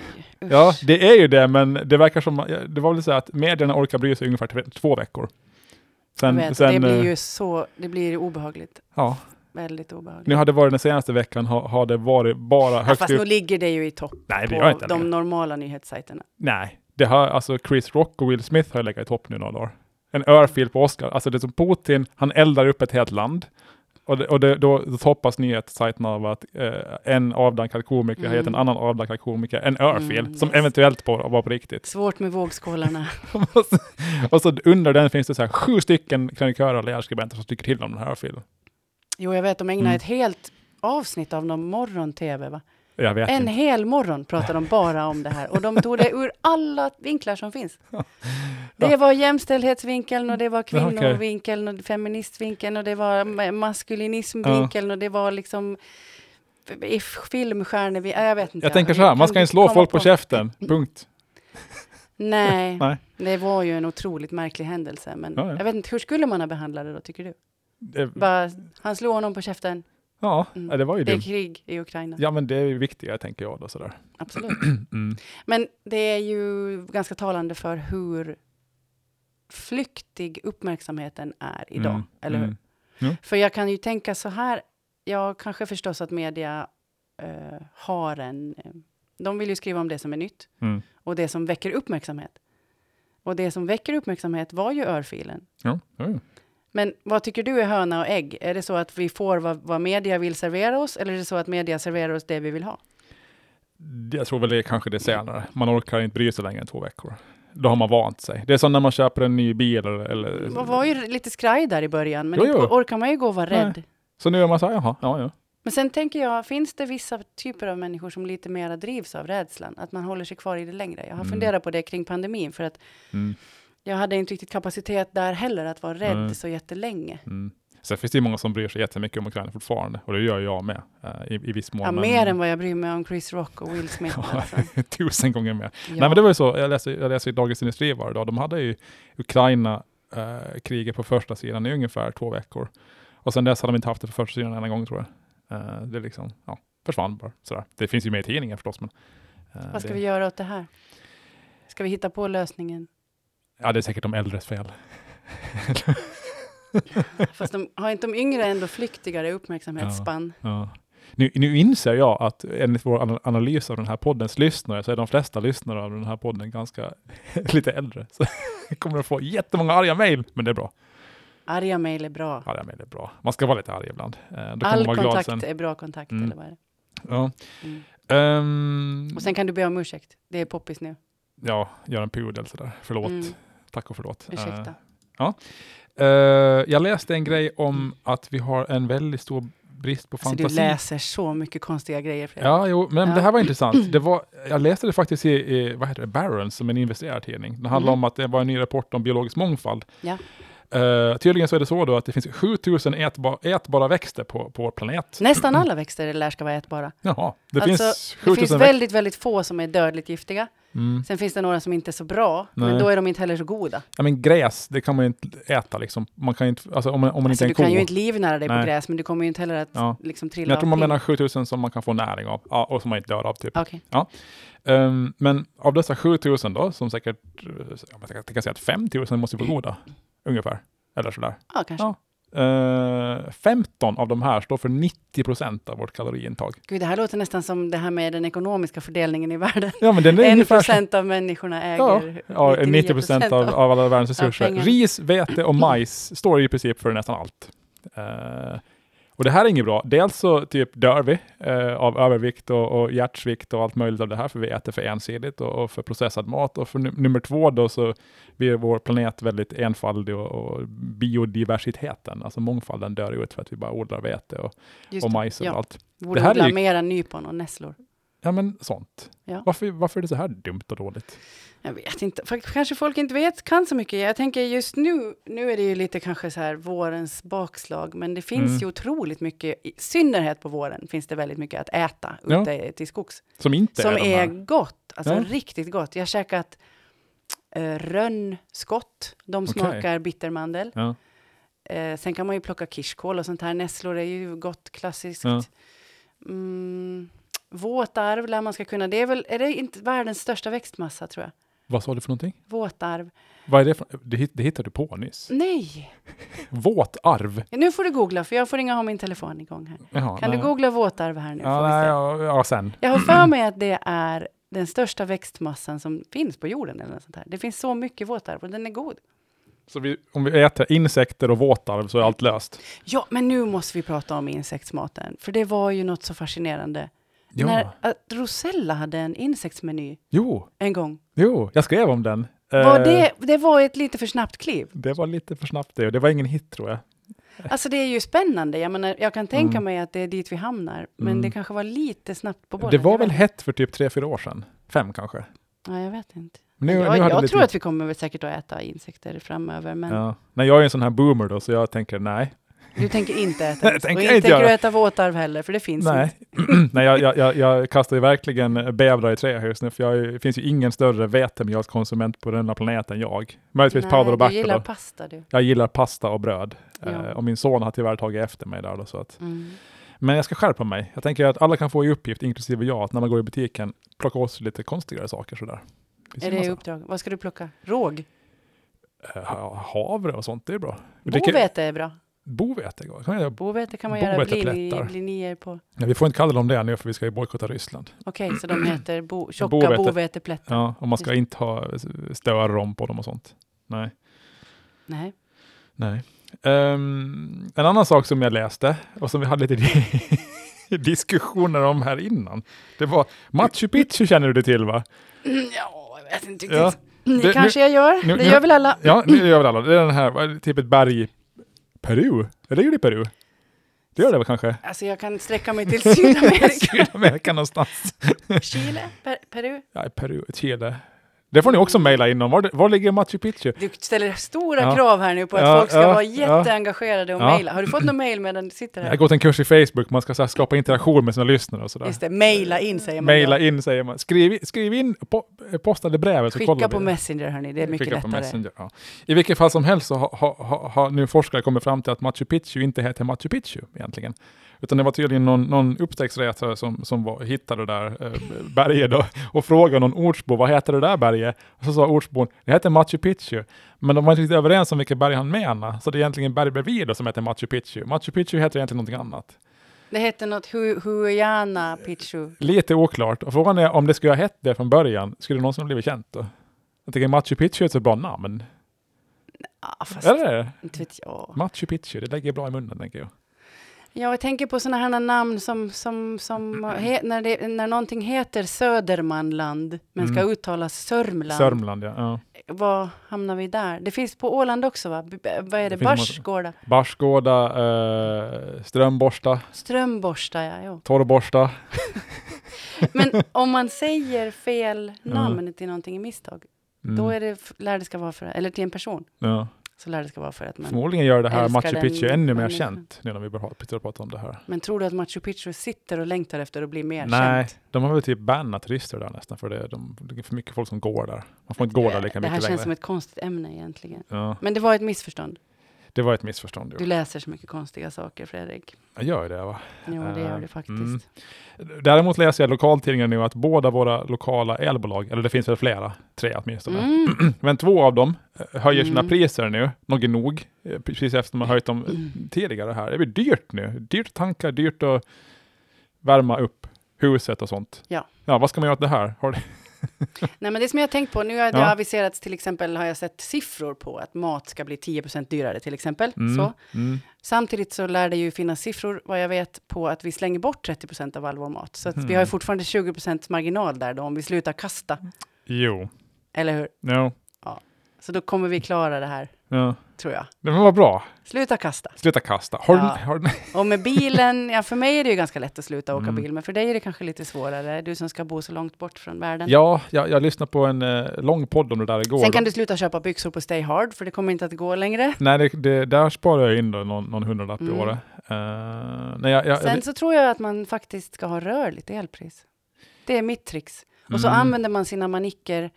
Speaker 2: Usch.
Speaker 1: Ja, det är ju det, men det verkar som, ja, det var väl så här att medierna orkar bry sig ungefär t- två veckor.
Speaker 2: jag
Speaker 1: Sen,
Speaker 2: vet,
Speaker 1: sen,
Speaker 2: det
Speaker 1: eh,
Speaker 2: blir ju så, det blir obehagligt.
Speaker 1: ja,
Speaker 2: Väldigt obehagligt.
Speaker 1: nu har det varit den senaste veckan, har, har det varit bara
Speaker 2: ja,
Speaker 1: högt
Speaker 2: fast
Speaker 1: upp.
Speaker 2: nu ligger det ju i topp
Speaker 1: Nej, det gör jag
Speaker 2: på
Speaker 1: inte.
Speaker 2: de
Speaker 1: längre.
Speaker 2: normala nyhetssajterna.
Speaker 1: Nej, det har, alltså Chris Rock och Will Smith har ju legat i topp nu några dagar. En örfil på Oscar. Alltså det är som Putin, han eldar upp ett helt land. Och, det, och det, då, då toppas nyhetssajten av att eh, en avdankad komiker har gett en
Speaker 2: Mm.
Speaker 1: annan avdankad komiker en örfil,
Speaker 2: Mm,
Speaker 1: som
Speaker 2: yes.
Speaker 1: eventuellt på, var på riktigt.
Speaker 2: Svårt med vågskålarna.
Speaker 1: och, så, och så under den finns det så här sju stycken krönikörer och ledarskribenter som tycker till om den här örfilen.
Speaker 2: Jo, jag vet, de ägnar
Speaker 1: Mm.
Speaker 2: ett helt avsnitt av någon morgon-tv, va?
Speaker 1: Jag vet
Speaker 2: En
Speaker 1: inte.
Speaker 2: hel morgon pratade de bara om det här och de tog det ur alla vinklar som finns. Det var jämställdhetsvinkeln och det var
Speaker 1: Ja, okej.
Speaker 2: kvinnovinkeln och feministvinkeln och det var ma- maskulinismvinkeln och det var liksom i filmstjärnor, vi- ja, jag vet inte.
Speaker 1: Jag tänker
Speaker 2: Vi
Speaker 1: så här,
Speaker 2: kan
Speaker 1: man ska inte slå
Speaker 2: komma Mm.
Speaker 1: folk på käften, punkt.
Speaker 2: Nej.
Speaker 1: Nej.
Speaker 2: det var ju en otroligt märklig händelse. Men
Speaker 1: Ja, ja.
Speaker 2: jag vet inte, hur skulle man ha behandlat det då, tycker du?
Speaker 1: Det,
Speaker 2: Bara, han slår honom på käften,
Speaker 1: ja,
Speaker 2: Mm.
Speaker 1: ja, det var ju
Speaker 2: det är
Speaker 1: dumt.
Speaker 2: krig i Ukraina.
Speaker 1: Ja, men det är ju viktigare tänker jag då sådär.
Speaker 2: Absolut.
Speaker 1: Mm.
Speaker 2: Men det är ju ganska talande för hur flyktig uppmärksamheten är idag,
Speaker 1: Mm,
Speaker 2: eller hur?
Speaker 1: mm.
Speaker 2: För jag kan ju tänka så här, jag kanske förstås att media eh, har en... eh, De vill ju skriva om det som är nytt
Speaker 1: Mm.
Speaker 2: och det som väcker uppmärksamhet. Och det som väcker uppmärksamhet var ju örfilen.
Speaker 1: Ja, ja, ja.
Speaker 2: Men vad tycker du är höna och ägg? Är det så att vi får vad, vad media vill servera oss eller är det så att media serverar oss det vi vill ha?
Speaker 1: Jag tror väl det är kanske det senare. Man orkar inte bry sig längre än två veckor. Då har man vant sig. Det är som när man köper en ny bil eller... eller
Speaker 2: Man var ju lite skraj där i början, men
Speaker 1: Jo,
Speaker 2: inte
Speaker 1: jo.
Speaker 2: orkar man ju gå och vara
Speaker 1: Nej.
Speaker 2: rädd.
Speaker 1: Så nu är man så här, jaha, ja, ja.
Speaker 2: Men sen tänker jag, finns det vissa typer av människor som lite mera drivs av rädslan? Att man håller sig kvar i det längre? Jag har
Speaker 1: Mm.
Speaker 2: funderat på det kring pandemin, för att
Speaker 1: Mm,
Speaker 2: jag hade inte riktigt kapacitet där heller att vara rädd
Speaker 1: Nej.
Speaker 2: så jättelänge.
Speaker 1: mm. Sen finns det ju många som bryr sig jättemycket om Ukraina fortfarande. Och det gör jag med, eh, i, i viss mån.
Speaker 2: Ja,
Speaker 1: men-
Speaker 2: mer än vad jag bryr mig om Chris Rock och Will Smith.
Speaker 1: Ja,
Speaker 2: Alltså.
Speaker 1: tusen gånger mer.
Speaker 2: Ja.
Speaker 1: Nej men det var ju så, jag läste, jag läste i Dagens Industri varje dag, de hade ju Ukraina-kriget på första sidan i ungefär två veckor. Och sen dess hade de inte haft det på första sidan en enda gång tror jag. Eh, det liksom, ja, försvann bara sådär. Det finns ju med i tidningen förstås men. eh,
Speaker 2: Vad ska
Speaker 1: det,
Speaker 2: vi göra åt det här? Ska vi hitta på lösningen?
Speaker 1: Ja det är säkert de äldres fel.
Speaker 2: Fast de, har inte de yngre ändå flyktigare uppmärksamhetsspann?
Speaker 1: Ja. Nu, nu inser jag att enligt vår ana- analys av den här poddens lyssnare så är de flesta lyssnare av den här podden ganska lite äldre. Så jag kommer att få jättemånga arga mejl, men det är bra.
Speaker 2: Arga mejl är bra.
Speaker 1: Arga mejl är bra. Man ska vara lite arg ibland. Eh, Då kan
Speaker 2: All
Speaker 1: man vara glad
Speaker 2: kontakt
Speaker 1: sen.
Speaker 2: är bra kontakt,
Speaker 1: Mm.
Speaker 2: eller vad är det?
Speaker 1: Ja.
Speaker 2: Mm.
Speaker 1: Ehm,
Speaker 2: Och sen kan du be om ursäkt. Det är poppis nu.
Speaker 1: ja, gör en pudel sådär. Förlåt.
Speaker 2: Mm,
Speaker 1: Tack och förlåt.
Speaker 2: ursäkta.
Speaker 1: Eh, eh, jag läste en grej om att vi har en väldigt stor brist på
Speaker 2: Mm. Alltså,
Speaker 1: fantasi.
Speaker 2: du läser så mycket konstiga grejer, Fredrik.
Speaker 1: Ja, jo, men
Speaker 2: Ja.
Speaker 1: det här var intressant. Det var, jag läste det faktiskt i, i vad heter det, Barron's, som en investerartidning. Det handlar
Speaker 2: Mhm.
Speaker 1: om att det var en ny rapport om biologisk mångfald.
Speaker 2: Ja.
Speaker 1: Eh, tydligen så är det så då att det finns 7000 ätba, ätbara växter på, på vår planet.
Speaker 2: Nästan alla växter lär ska vara ätbara.
Speaker 1: Jaha, det
Speaker 2: Alltså,
Speaker 1: finns
Speaker 2: Det finns
Speaker 1: 7000 växter.
Speaker 2: väldigt, väldigt få som är dödligt giftiga.
Speaker 1: Mm.
Speaker 2: Sen finns det några som inte är så bra, men
Speaker 1: Nej.
Speaker 2: då är de inte heller så goda.
Speaker 1: Ja, men gräs, det kan man ju inte äta liksom. Man kan ju inte, alltså om man, om man inte
Speaker 2: Alltså,
Speaker 1: är
Speaker 2: du
Speaker 1: en ko.
Speaker 2: kan ju inte livnära dig
Speaker 1: Nej.
Speaker 2: på gräs, men du kommer ju inte heller att
Speaker 1: Ja.
Speaker 2: liksom
Speaker 1: Men
Speaker 2: trilla
Speaker 1: jag tror
Speaker 2: av
Speaker 1: man
Speaker 2: pinn.
Speaker 1: menar 7000 som man kan få näring av ja, och som man inte dör av. Typ.
Speaker 2: Okej.
Speaker 1: Ehm, men av dessa 7000 då, som säkert, eh, jag kan tänka sig att 5000 måste vara goda, ungefär. Eller sådär.
Speaker 2: Ja, kanske.
Speaker 1: Ja. Uh, 15 av de här står för 90 procent av vårt kaloriintag.
Speaker 2: Gud, det här låter nästan som det här med den ekonomiska fördelningen i världen.
Speaker 1: Ja, men den är
Speaker 2: En
Speaker 1: ungefär... som-
Speaker 2: procent av människorna
Speaker 1: Ja,
Speaker 2: äger
Speaker 1: ja, 90 procent av, av alla världens
Speaker 2: av
Speaker 1: resurser.
Speaker 2: pengarna.
Speaker 1: Ris, vete och majs står i princip för nästan allt. Eh, och det här är inget bra. Dels så typ dör vi eh, av övervikt och, och hjärtsvikt och allt möjligt av det här, för vi äter för ensidigt och, och för processad mat. Och för num- nummer två då så blir vår planet väldigt enfaldig och, och biodiversiteten, alltså mångfalden, dör ut för att vi bara odlar vete och,
Speaker 2: Just
Speaker 1: och
Speaker 2: det.
Speaker 1: majs och
Speaker 2: ja.
Speaker 1: allt.
Speaker 2: Borde
Speaker 1: Oh Det här är
Speaker 2: odla
Speaker 1: ju-
Speaker 2: mera nypon och nässlor.
Speaker 1: Ja, men sånt.
Speaker 2: Ja.
Speaker 1: Varför, varför är det så här dumt och dåligt?
Speaker 2: Jag vet inte. Fakt- Kanske folk inte vet, kan så mycket. Jag tänker just nu, nu är det ju lite kanske så här vårens bakslag, men det finns
Speaker 1: Mm.
Speaker 2: ju otroligt mycket, i synnerhet på våren, finns det väldigt mycket att äta
Speaker 1: Ja.
Speaker 2: ute till skogs.
Speaker 1: Som inte
Speaker 2: Som
Speaker 1: är, de
Speaker 2: är
Speaker 1: här.
Speaker 2: gott, alltså
Speaker 1: Ja.
Speaker 2: riktigt gott. Jag har käkat eh, rönnskott, de
Speaker 1: Okej.
Speaker 2: smakar bittermandel.
Speaker 1: Ja.
Speaker 2: Eh, sen kan man ju plocka kirskål och sånt här. Nässlor är ju gott, klassiskt.
Speaker 1: Ja.
Speaker 2: Mm, våtarv lär man ska kunna. Det är väl, är det inte världens största växtmassa tror jag?
Speaker 1: Vad sa du för någonting?
Speaker 2: Våtarv.
Speaker 1: Vad är det för, det, hit- det hittade du på nyss.
Speaker 2: Nej,
Speaker 1: Våtarv.
Speaker 2: nu får du googla för jag får ringa ha min telefon igång här.
Speaker 1: Jaha,
Speaker 2: Kan du
Speaker 1: nej.
Speaker 2: googla våtarv här nu?
Speaker 1: Ja,
Speaker 2: får vi
Speaker 1: nej,
Speaker 2: se.
Speaker 1: ja, ja, sen.
Speaker 2: Jag har för mig att det är den största växtmassan som finns på jorden eller något sånt här. Det finns så mycket våtarv och den är god.
Speaker 1: Så vi, om vi äter insekter och våtarv så är allt löst.
Speaker 2: Ja, men nu måste vi prata om insektsmaten, för det var ju något så fascinerande.
Speaker 1: Ja.
Speaker 2: När att Rosella hade en insektsmeny
Speaker 1: Jo,
Speaker 2: en gång.
Speaker 1: jo, jag skrev om den.
Speaker 2: Var
Speaker 1: Eh,
Speaker 2: det, det var ett lite för snabbt kliv.
Speaker 1: det var lite för snabbt det, och det var ingen hit tror jag.
Speaker 2: Alltså det är ju spännande. Jag, menar, jag kan tänka
Speaker 1: Mm.
Speaker 2: mig att det är dit vi hamnar, men
Speaker 1: Mm.
Speaker 2: det kanske var lite snabbt på bollen.
Speaker 1: Det var
Speaker 2: Jag
Speaker 1: väl
Speaker 2: vet-
Speaker 1: hett för typ tre fyra år sedan? Fem kanske?
Speaker 2: Ja, jag vet inte.
Speaker 1: Nu,
Speaker 2: jag
Speaker 1: nu hade
Speaker 2: jag
Speaker 1: lite-
Speaker 2: tror att vi kommer väl säkert att äta insekter framöver, men
Speaker 1: Ja. Nej, jag är en sån här boomer då, så jag tänker nej.
Speaker 2: du tänker inte äta insekter.
Speaker 1: tänker jag
Speaker 2: Och inte
Speaker 1: inte
Speaker 2: tänker du
Speaker 1: göra.
Speaker 2: äta våtarv heller, för det finns inte.
Speaker 1: Nej, nej jag, jag, jag, jag kastar ju verkligen bävrar i trähus nu, för jag, är- det finns ju ingen större vetemjölskonsument på denna planeten än jag. Möjligtvis Paolo
Speaker 2: du gillar
Speaker 1: Roberto. då.
Speaker 2: pasta du.
Speaker 1: Jag gillar pasta och bröd.
Speaker 2: Ja.
Speaker 1: Eh, och min son har tyvärr tagit efter mig där då, så att.
Speaker 2: Mm.
Speaker 1: Men jag ska skärpa mig. Jag tänker att alla kan få i uppgift, inklusive jag, att när man går i butiken plocka åt sig lite konstigare saker sådär. Finns
Speaker 2: Är
Speaker 1: ju
Speaker 2: det
Speaker 1: massa-
Speaker 2: uppdrag? Vad ska du plocka? Råg?
Speaker 1: eh, ha- havre och sånt, det är bra. Vi dricker-
Speaker 2: Bovete är bra.
Speaker 1: Bovete. går. Kan man göra-
Speaker 2: Bovete kan man göra blini-
Speaker 1: Boveteplättar.
Speaker 2: blinier på.
Speaker 1: Nej, vi får inte kalla dem det nu för vi ska ju bojkotta Ryssland.
Speaker 2: Okej, så de heter bo, tjocka
Speaker 1: Bovete.
Speaker 2: boveteplättar.
Speaker 1: Ja, och man ska
Speaker 2: Just-
Speaker 1: inte ha eh, störom på dem och sånt. Nej.
Speaker 2: Nej.
Speaker 1: Nej. Ehm, en annan sak som jag läste och som vi hade lite di- diskussioner om här innan. Det var Machu Picchu känner du till va?
Speaker 2: Mm, Ja, jag vet inte riktigt.
Speaker 1: Ja,
Speaker 2: det,
Speaker 1: det-
Speaker 2: kanske jag gör.
Speaker 1: nu-
Speaker 2: det
Speaker 1: nu-
Speaker 2: gör väl alla.
Speaker 1: Ja, nu gör väl alla. Det är den här, vad är det, typ ett berg i Peru. Är det ju i Peru? Det gör det väl kanske?
Speaker 2: Alltså jag kan sträcka mig till Sydamerika.
Speaker 1: Sydamerika någonstans.
Speaker 2: Chile, per, Peru.
Speaker 1: Ja, i Peru, Chile. Det får ni också mejla in om. Var, var ligger Machu Picchu?
Speaker 2: Du ställer stora
Speaker 1: Ja.
Speaker 2: krav här nu på att
Speaker 1: Ja,
Speaker 2: folk ska
Speaker 1: ja,
Speaker 2: vara
Speaker 1: ja.
Speaker 2: jätteengagerade och
Speaker 1: Ja.
Speaker 2: mejla. Har du fått någon mejl medan du sitter
Speaker 1: Jag
Speaker 2: här?
Speaker 1: har gått en kurs i Facebook, man ska så här, skapa interaktion med sina lyssnare och sådär.
Speaker 2: Just det, mejla in säger man.
Speaker 1: Mejla
Speaker 2: ja.
Speaker 1: in säger man. Skriv, i- skriv in po, postade brevet så kollar
Speaker 2: Skicka på
Speaker 1: vi.
Speaker 2: Messenger hörni, det är mycket
Speaker 1: Skicka på
Speaker 2: lättare.
Speaker 1: Messenger, ja. I vilket fall som helst så har ha, ha, ha nu forskare kommit fram till att Machu Picchu inte heter Machu Picchu egentligen. Utan det var tydligen någon, någon upptäcktsresare som, som var, hittade det där eh, berget då, och frågade någon ortsbo, vad heter det där berget? Och så sa ortsbon, det heter Machu Picchu. Men de var inte riktigt överens om vilket berg han menade, så det är egentligen berg bredvid då som heter Machu Picchu. Machu Picchu heter egentligen någonting annat.
Speaker 2: Det heter något Hu- Huayana Pichu.
Speaker 1: Lite oklart. Och frågan är om det skulle ha hett det från början, skulle det någonsin ha blivit känt då? Jag tycker Machu Picchu är ett så bra namn.
Speaker 2: Ah, fast
Speaker 1: Eller är det?
Speaker 2: inte vet jag.
Speaker 1: Machu Picchu, det lägger bra i munnen tänker jag.
Speaker 2: Ja, jag tänker på sådana här namn som, som, som he, när, det, när någonting heter Södermanland, men ska
Speaker 1: Mm.
Speaker 2: uttalas Sörmland.
Speaker 1: Sörmland, ja. ja.
Speaker 2: Vad hamnar vi där? Det finns på Åland också, va? B- b- vad är det?
Speaker 1: Det finns en massa.
Speaker 2: Barsgårda?
Speaker 1: Barsgårda, eh, Strömborsta,
Speaker 2: Strömborsta, ja. Jo.
Speaker 1: Torrborsta.
Speaker 2: Men om man säger fel
Speaker 1: Ja.
Speaker 2: namn till någonting i misstag,
Speaker 1: Mm.
Speaker 2: då är det, f- lär det ska vara för, eller till en person,
Speaker 1: ja.
Speaker 2: så lär det ska vara för att man...
Speaker 1: Förmodligen gör det här
Speaker 2: älskar
Speaker 1: Machu
Speaker 2: den
Speaker 1: Picchu ännu mer
Speaker 2: människan.
Speaker 1: känt nu när vi börjar prata om det här.
Speaker 2: Men tror du att Machu Picchu sitter och längtar efter att bli mer
Speaker 1: Nej,
Speaker 2: känt?
Speaker 1: de har väl typ bannat turister där nästan för det, de, det är för mycket folk som går där. Man får inte gå där lika
Speaker 2: Det
Speaker 1: mycket
Speaker 2: här känns
Speaker 1: längre.
Speaker 2: som ett konstigt ämne egentligen.
Speaker 1: Ja,
Speaker 2: Men det var ett missförstånd.
Speaker 1: det var ett missförstånd.
Speaker 2: Du
Speaker 1: Jo.
Speaker 2: läser så mycket konstiga saker, Fredrik.
Speaker 1: Jag gör ju det va?
Speaker 2: Jo, det gör
Speaker 1: Eh,
Speaker 2: du faktiskt.
Speaker 1: mm. Däremot läser jag i lokaltidningar nu att båda våra lokala elbolag, eller det finns väl flera, tre åtminstone,
Speaker 2: Mm.
Speaker 1: men två av dem eh, höjer sina
Speaker 2: Mm.
Speaker 1: priser nu, nog är nog, eh, precis efter man höjt dem eh, tidigare här. Det blir dyrt nu, dyrt att tanka, dyrt att värma upp huset och sånt.
Speaker 2: Ja.
Speaker 1: Ja, vad ska man göra åt det här? Har det-
Speaker 2: Nej, men det som jag har tänkt på, nu har det
Speaker 1: Ja.
Speaker 2: aviserats till exempel, har jag sett siffror på att mat ska bli 10 dyrare till exempel.
Speaker 1: Mm,
Speaker 2: Så.
Speaker 1: mm.
Speaker 2: Samtidigt så lär det ju finnas siffror, vad jag vet, på att vi slänger bort 30 av all vår mat. Så att vi har ju
Speaker 1: Mm.
Speaker 2: fortfarande 20 marginal där då, om vi slutar kasta,
Speaker 1: Jo,
Speaker 2: eller hur?
Speaker 1: no.
Speaker 2: Så då kommer vi klara det här,
Speaker 1: ja.
Speaker 2: tror jag.
Speaker 1: Men vad bra,
Speaker 2: Sluta kasta.
Speaker 1: sluta kasta. Har du,
Speaker 2: Ja.
Speaker 1: har du,
Speaker 2: Och med bilen, ja för mig är det ju ganska lätt att sluta åka
Speaker 1: Mm.
Speaker 2: bil, men för dig är det kanske lite svårare, du som ska bo så långt bort från världen.
Speaker 1: ja, jag, jag lyssnade på en eh, lång podd om det där igår.
Speaker 2: Sen kan du sluta köpa byxor på Stay Hard, för det kommer inte att gå längre.
Speaker 1: Nej, det, det, där sparar jag in då någon, någon hundralapp
Speaker 2: Mm.
Speaker 1: i året. Eh, nej, jag, jag,
Speaker 2: Sen så tror jag att man faktiskt ska ha rörligt elpris. Det är mitt trix. Och så
Speaker 1: Mm.
Speaker 2: använder man sina manicker,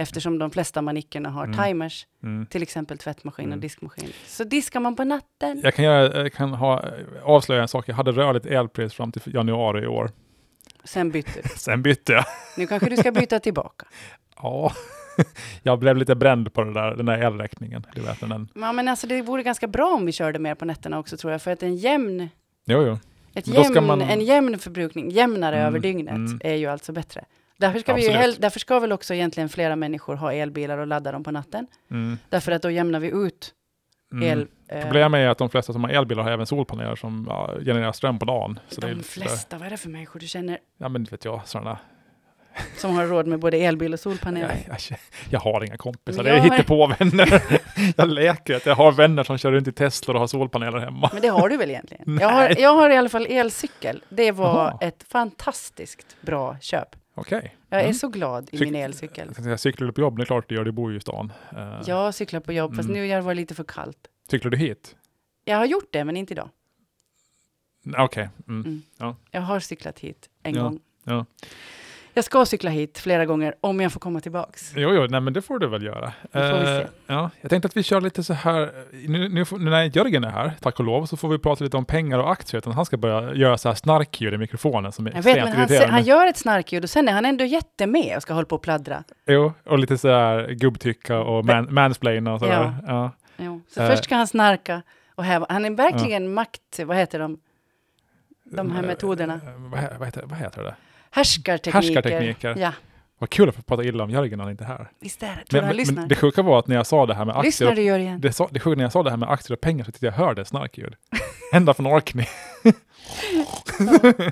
Speaker 2: eftersom de flesta manickerna har
Speaker 1: Mm.
Speaker 2: timers,
Speaker 1: Mm.
Speaker 2: till exempel tvättmaskin och
Speaker 1: Mm.
Speaker 2: diskmaskin. Så diskar man på natten.
Speaker 1: Jag kan, göra, jag kan ha, avslöja en sak. Jag hade rörligt elpris fram till januari i år.
Speaker 2: Sen byter du.
Speaker 1: Sen bytte jag.
Speaker 2: Nu kanske du ska byta tillbaka.
Speaker 1: Ja, jag blev lite bränd på det där, den där elräkningen. Du vet, den.
Speaker 2: Ja, men alltså det vore ganska bra om vi körde mer på nätterna också tror jag, för att en jämn,
Speaker 1: Jo, jo.
Speaker 2: ett
Speaker 1: Men då ska
Speaker 2: jämn,
Speaker 1: man-
Speaker 2: en jämn förbrukning, jämnare
Speaker 1: Mm,
Speaker 2: över dygnet,
Speaker 1: mm.
Speaker 2: är ju alltså bättre. Därför ska, vi ju
Speaker 1: Absolut.
Speaker 2: hell- därför ska väl också egentligen flera människor ha elbilar och ladda dem på natten.
Speaker 1: Mm.
Speaker 2: Därför att då jämnar vi ut
Speaker 1: Mm.
Speaker 2: el. eh,
Speaker 1: Problemet är att de flesta som har elbilar har även solpaneler som ja, genererar ström på dagen. Så det är
Speaker 2: de
Speaker 1: lite-
Speaker 2: flesta, vad är det för människor du känner
Speaker 1: Ja, men inte vet jag, sådana.
Speaker 2: som har råd med både elbil och
Speaker 1: Jag,
Speaker 2: solpanel?
Speaker 1: jag, jag har inga kompisar,
Speaker 2: Men
Speaker 1: det är
Speaker 2: jag har-
Speaker 1: hittepåvänner. jag leker att jag har vänner som kör runt i Tesla och har solpaneler hemma.
Speaker 2: Men det har du väl egentligen? jag,
Speaker 1: Nej.
Speaker 2: har, jag har i alla fall elcykel. Det var
Speaker 1: Jaha.
Speaker 2: ett fantastiskt bra köp.
Speaker 1: Okej.
Speaker 2: Jag är
Speaker 1: Mm.
Speaker 2: så glad i
Speaker 1: Cyk-
Speaker 2: min elcykel.
Speaker 1: Jag tänkte säga, cyklar du på jobb? Det är klart du gör, du bor ju i stan. Eh,
Speaker 2: Jag cyklar på jobb, fast
Speaker 1: Mm.
Speaker 2: nu var det lite för kallt.
Speaker 1: Cyklar du hit?
Speaker 2: Jag har gjort det, men inte idag.
Speaker 1: Okej. Mm.
Speaker 2: Jag har cyklat hit en
Speaker 1: Ja,
Speaker 2: gång.
Speaker 1: ja.
Speaker 2: Jag ska cykla hit flera gånger om jag får komma tillbaks.
Speaker 1: Jo, jo, nej, men det får du väl göra.
Speaker 2: Det får vi se.
Speaker 1: Eh, ja, jag tänkte att vi kör lite så här, nu, nu, får- nu när Jörgen är här, tack och lov, så får vi prata lite om pengar och aktier, utan han ska börja göra så här snarkljud i mikrofonen som är
Speaker 2: Jag vet,
Speaker 1: extremt
Speaker 2: men han, se-
Speaker 1: irriterande.
Speaker 2: han gör ett snarkljud och sen är han ändå jättemed och ska hålla på och pladdra.
Speaker 1: Jo, och lite så här gubbtycka och man, mansplaina och sådär. Ja. Ja.
Speaker 2: Jo. Så
Speaker 1: Eh.
Speaker 2: först ska han snarka och häva. Han är verkligen makt... Vad heter de? De här
Speaker 1: Eh,
Speaker 2: metoderna.
Speaker 1: eh, Vad, he- vad, heter, vad heter det?
Speaker 2: Härskartekniker.
Speaker 1: Härskartekniker.
Speaker 2: Ja,
Speaker 1: Vad kul att få prata illa om Jörgen när han inte är här.
Speaker 2: visst är det. Tror
Speaker 1: Men,
Speaker 2: du han
Speaker 1: men,
Speaker 2: lyssnar?
Speaker 1: men det sjuka var att när jag sa det här med aktier,
Speaker 2: lyssnar
Speaker 1: och,
Speaker 2: du, Jörgen?
Speaker 1: det, sa, det sjuka när jag sa det här med aktier och pengar så tyckte jag hörde ett snarkljud. Ända från Orkney.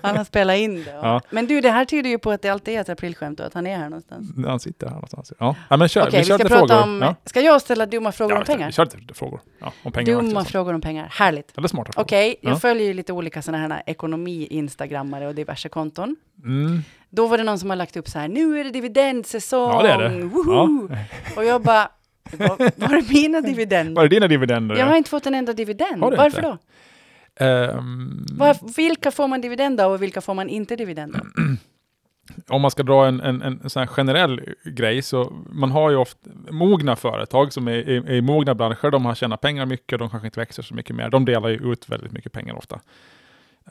Speaker 2: Han har spelat in det.
Speaker 1: Ja.
Speaker 2: Men du, det här tyder ju på att det alltid är ett aprilskämt och att han är här någonstans.
Speaker 1: När han sitter här någonstans. Ja, ja men kör.
Speaker 2: Okej,
Speaker 1: vi
Speaker 2: vi
Speaker 1: kör
Speaker 2: ska
Speaker 1: lite
Speaker 2: prata
Speaker 1: frågor.
Speaker 2: om...
Speaker 1: ja.
Speaker 2: Ska jag ställa dumma frågor
Speaker 1: Ja,
Speaker 2: om
Speaker 1: vi kör-
Speaker 2: pengar?
Speaker 1: Vi kör lite frågor. Ja, om pengar och aktier
Speaker 2: Dumma
Speaker 1: och sånt.
Speaker 2: frågor om pengar. Härligt.
Speaker 1: Eller smarta frågor.
Speaker 2: Okej, jag
Speaker 1: Ja.
Speaker 2: följer ju lite olika sådana här ekonomi-instagrammare och diverse konton.
Speaker 1: Mm.
Speaker 2: Då var det någon som har lagt upp så här, nu är det dividendsäsong!
Speaker 1: Ja, det är det.
Speaker 2: Woho! Och jag bara, var, var är mina dividender?
Speaker 1: Var är dina dividender?
Speaker 2: Jag har inte fått en enda dividend.
Speaker 1: Har du
Speaker 2: Varför
Speaker 1: inte?
Speaker 2: då?
Speaker 1: Ehm,
Speaker 2: Var, vilka får man dividend av och vilka får man inte dividend
Speaker 1: Mm.
Speaker 2: av?
Speaker 1: om man ska dra en, en, en sån här generell grej, så man har ju ofta mogna företag som är, är, är i mogna branscher, de har tjänat pengar mycket, de kanske inte växer så mycket mer, de delar ju ut väldigt mycket pengar ofta.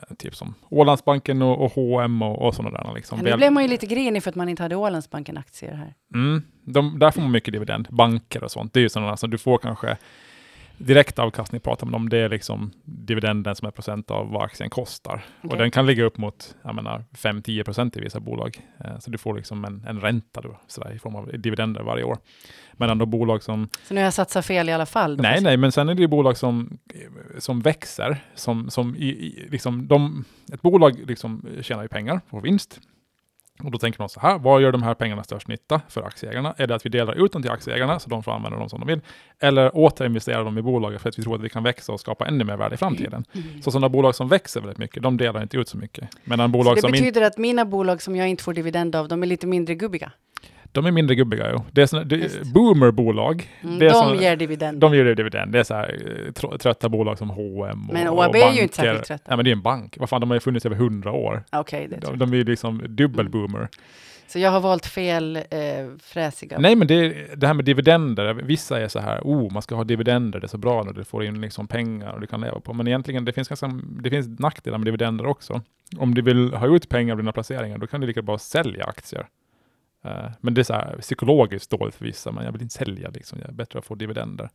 Speaker 1: Eh, Typ som Ålandsbanken och, och H&M och, och sådana där. Liksom.
Speaker 2: Ja,
Speaker 1: Väl-
Speaker 2: nu blev man ju lite grinig för att man inte hade Ålandsbanken-aktier här.
Speaker 1: Mm, de, där får man mycket dividend. Banker och sånt, det är ju sådana som du får kanske direkt avkastning pratar man om. Det är liksom dividenden som är procent av vad aktien kostar. Och
Speaker 2: Okej.
Speaker 1: den kan ligga upp mot jag menar, 5-10 procent i vissa bolag. Eh, så du får liksom en, en ränta då, sådär, i form av dividender varje år. Medan då bolag som...
Speaker 2: Så nu har jag satsat fel i alla fall? då?
Speaker 1: Nej, nej, men sen är det ju bolag som, som växer. Som, som i, i, liksom de, ett bolag liksom tjänar ju pengar, får vinst. Och då tänker man så här, vad gör de här pengarna störst nytta för aktieägarna? Är det att vi delar ut dem till aktieägarna så de får använda dem som de vill? Eller återinvesterar dem i bolaget för att vi tror att vi kan växa och skapa ännu mer värde i framtiden?
Speaker 2: Mm.
Speaker 1: Så sådana bolag som växer väldigt mycket, de delar inte ut så mycket. Medan
Speaker 2: Så
Speaker 1: bolag
Speaker 2: det
Speaker 1: som inte
Speaker 2: betyder att mina bolag som jag inte får dividend av, de är lite mindre gubbiga.
Speaker 1: de är mindre gubbiga ju. Det är såna, det,
Speaker 2: Just.
Speaker 1: boomerbolag,
Speaker 2: Mm,
Speaker 1: Det är
Speaker 2: de
Speaker 1: som-
Speaker 2: ger dividend.
Speaker 1: de ger ju dividend. Det är så här, eh, tr- trötta bolag som H&M och,
Speaker 2: Men
Speaker 1: och
Speaker 2: OAB är
Speaker 1: banker.
Speaker 2: ju inte särskilt trötta.
Speaker 1: Nej, men det är en bank. Vad fan, de har ju funnits över hundra år.
Speaker 2: Ah, Okej, det tror
Speaker 1: De, de är ju liksom dubbel
Speaker 2: Mm.
Speaker 1: boomer.
Speaker 2: jag. Så jag har valt fel eh, fräsiga.
Speaker 1: Nej, men det, det här med dividender, vissa är så här, oh, man ska ha dividender, det är så bra när du får in liksom pengar och du kan leva på. Men egentligen, det finns, ganska, det finns nackdelar med dividender också. Om du vill ha ut pengar av dina placeringar, då kan du lika bra sälja aktier. Eh, men det är så här, psykologiskt dåligt för vissa, men jag vill inte sälja, liksom. jag är bättre att få dividender.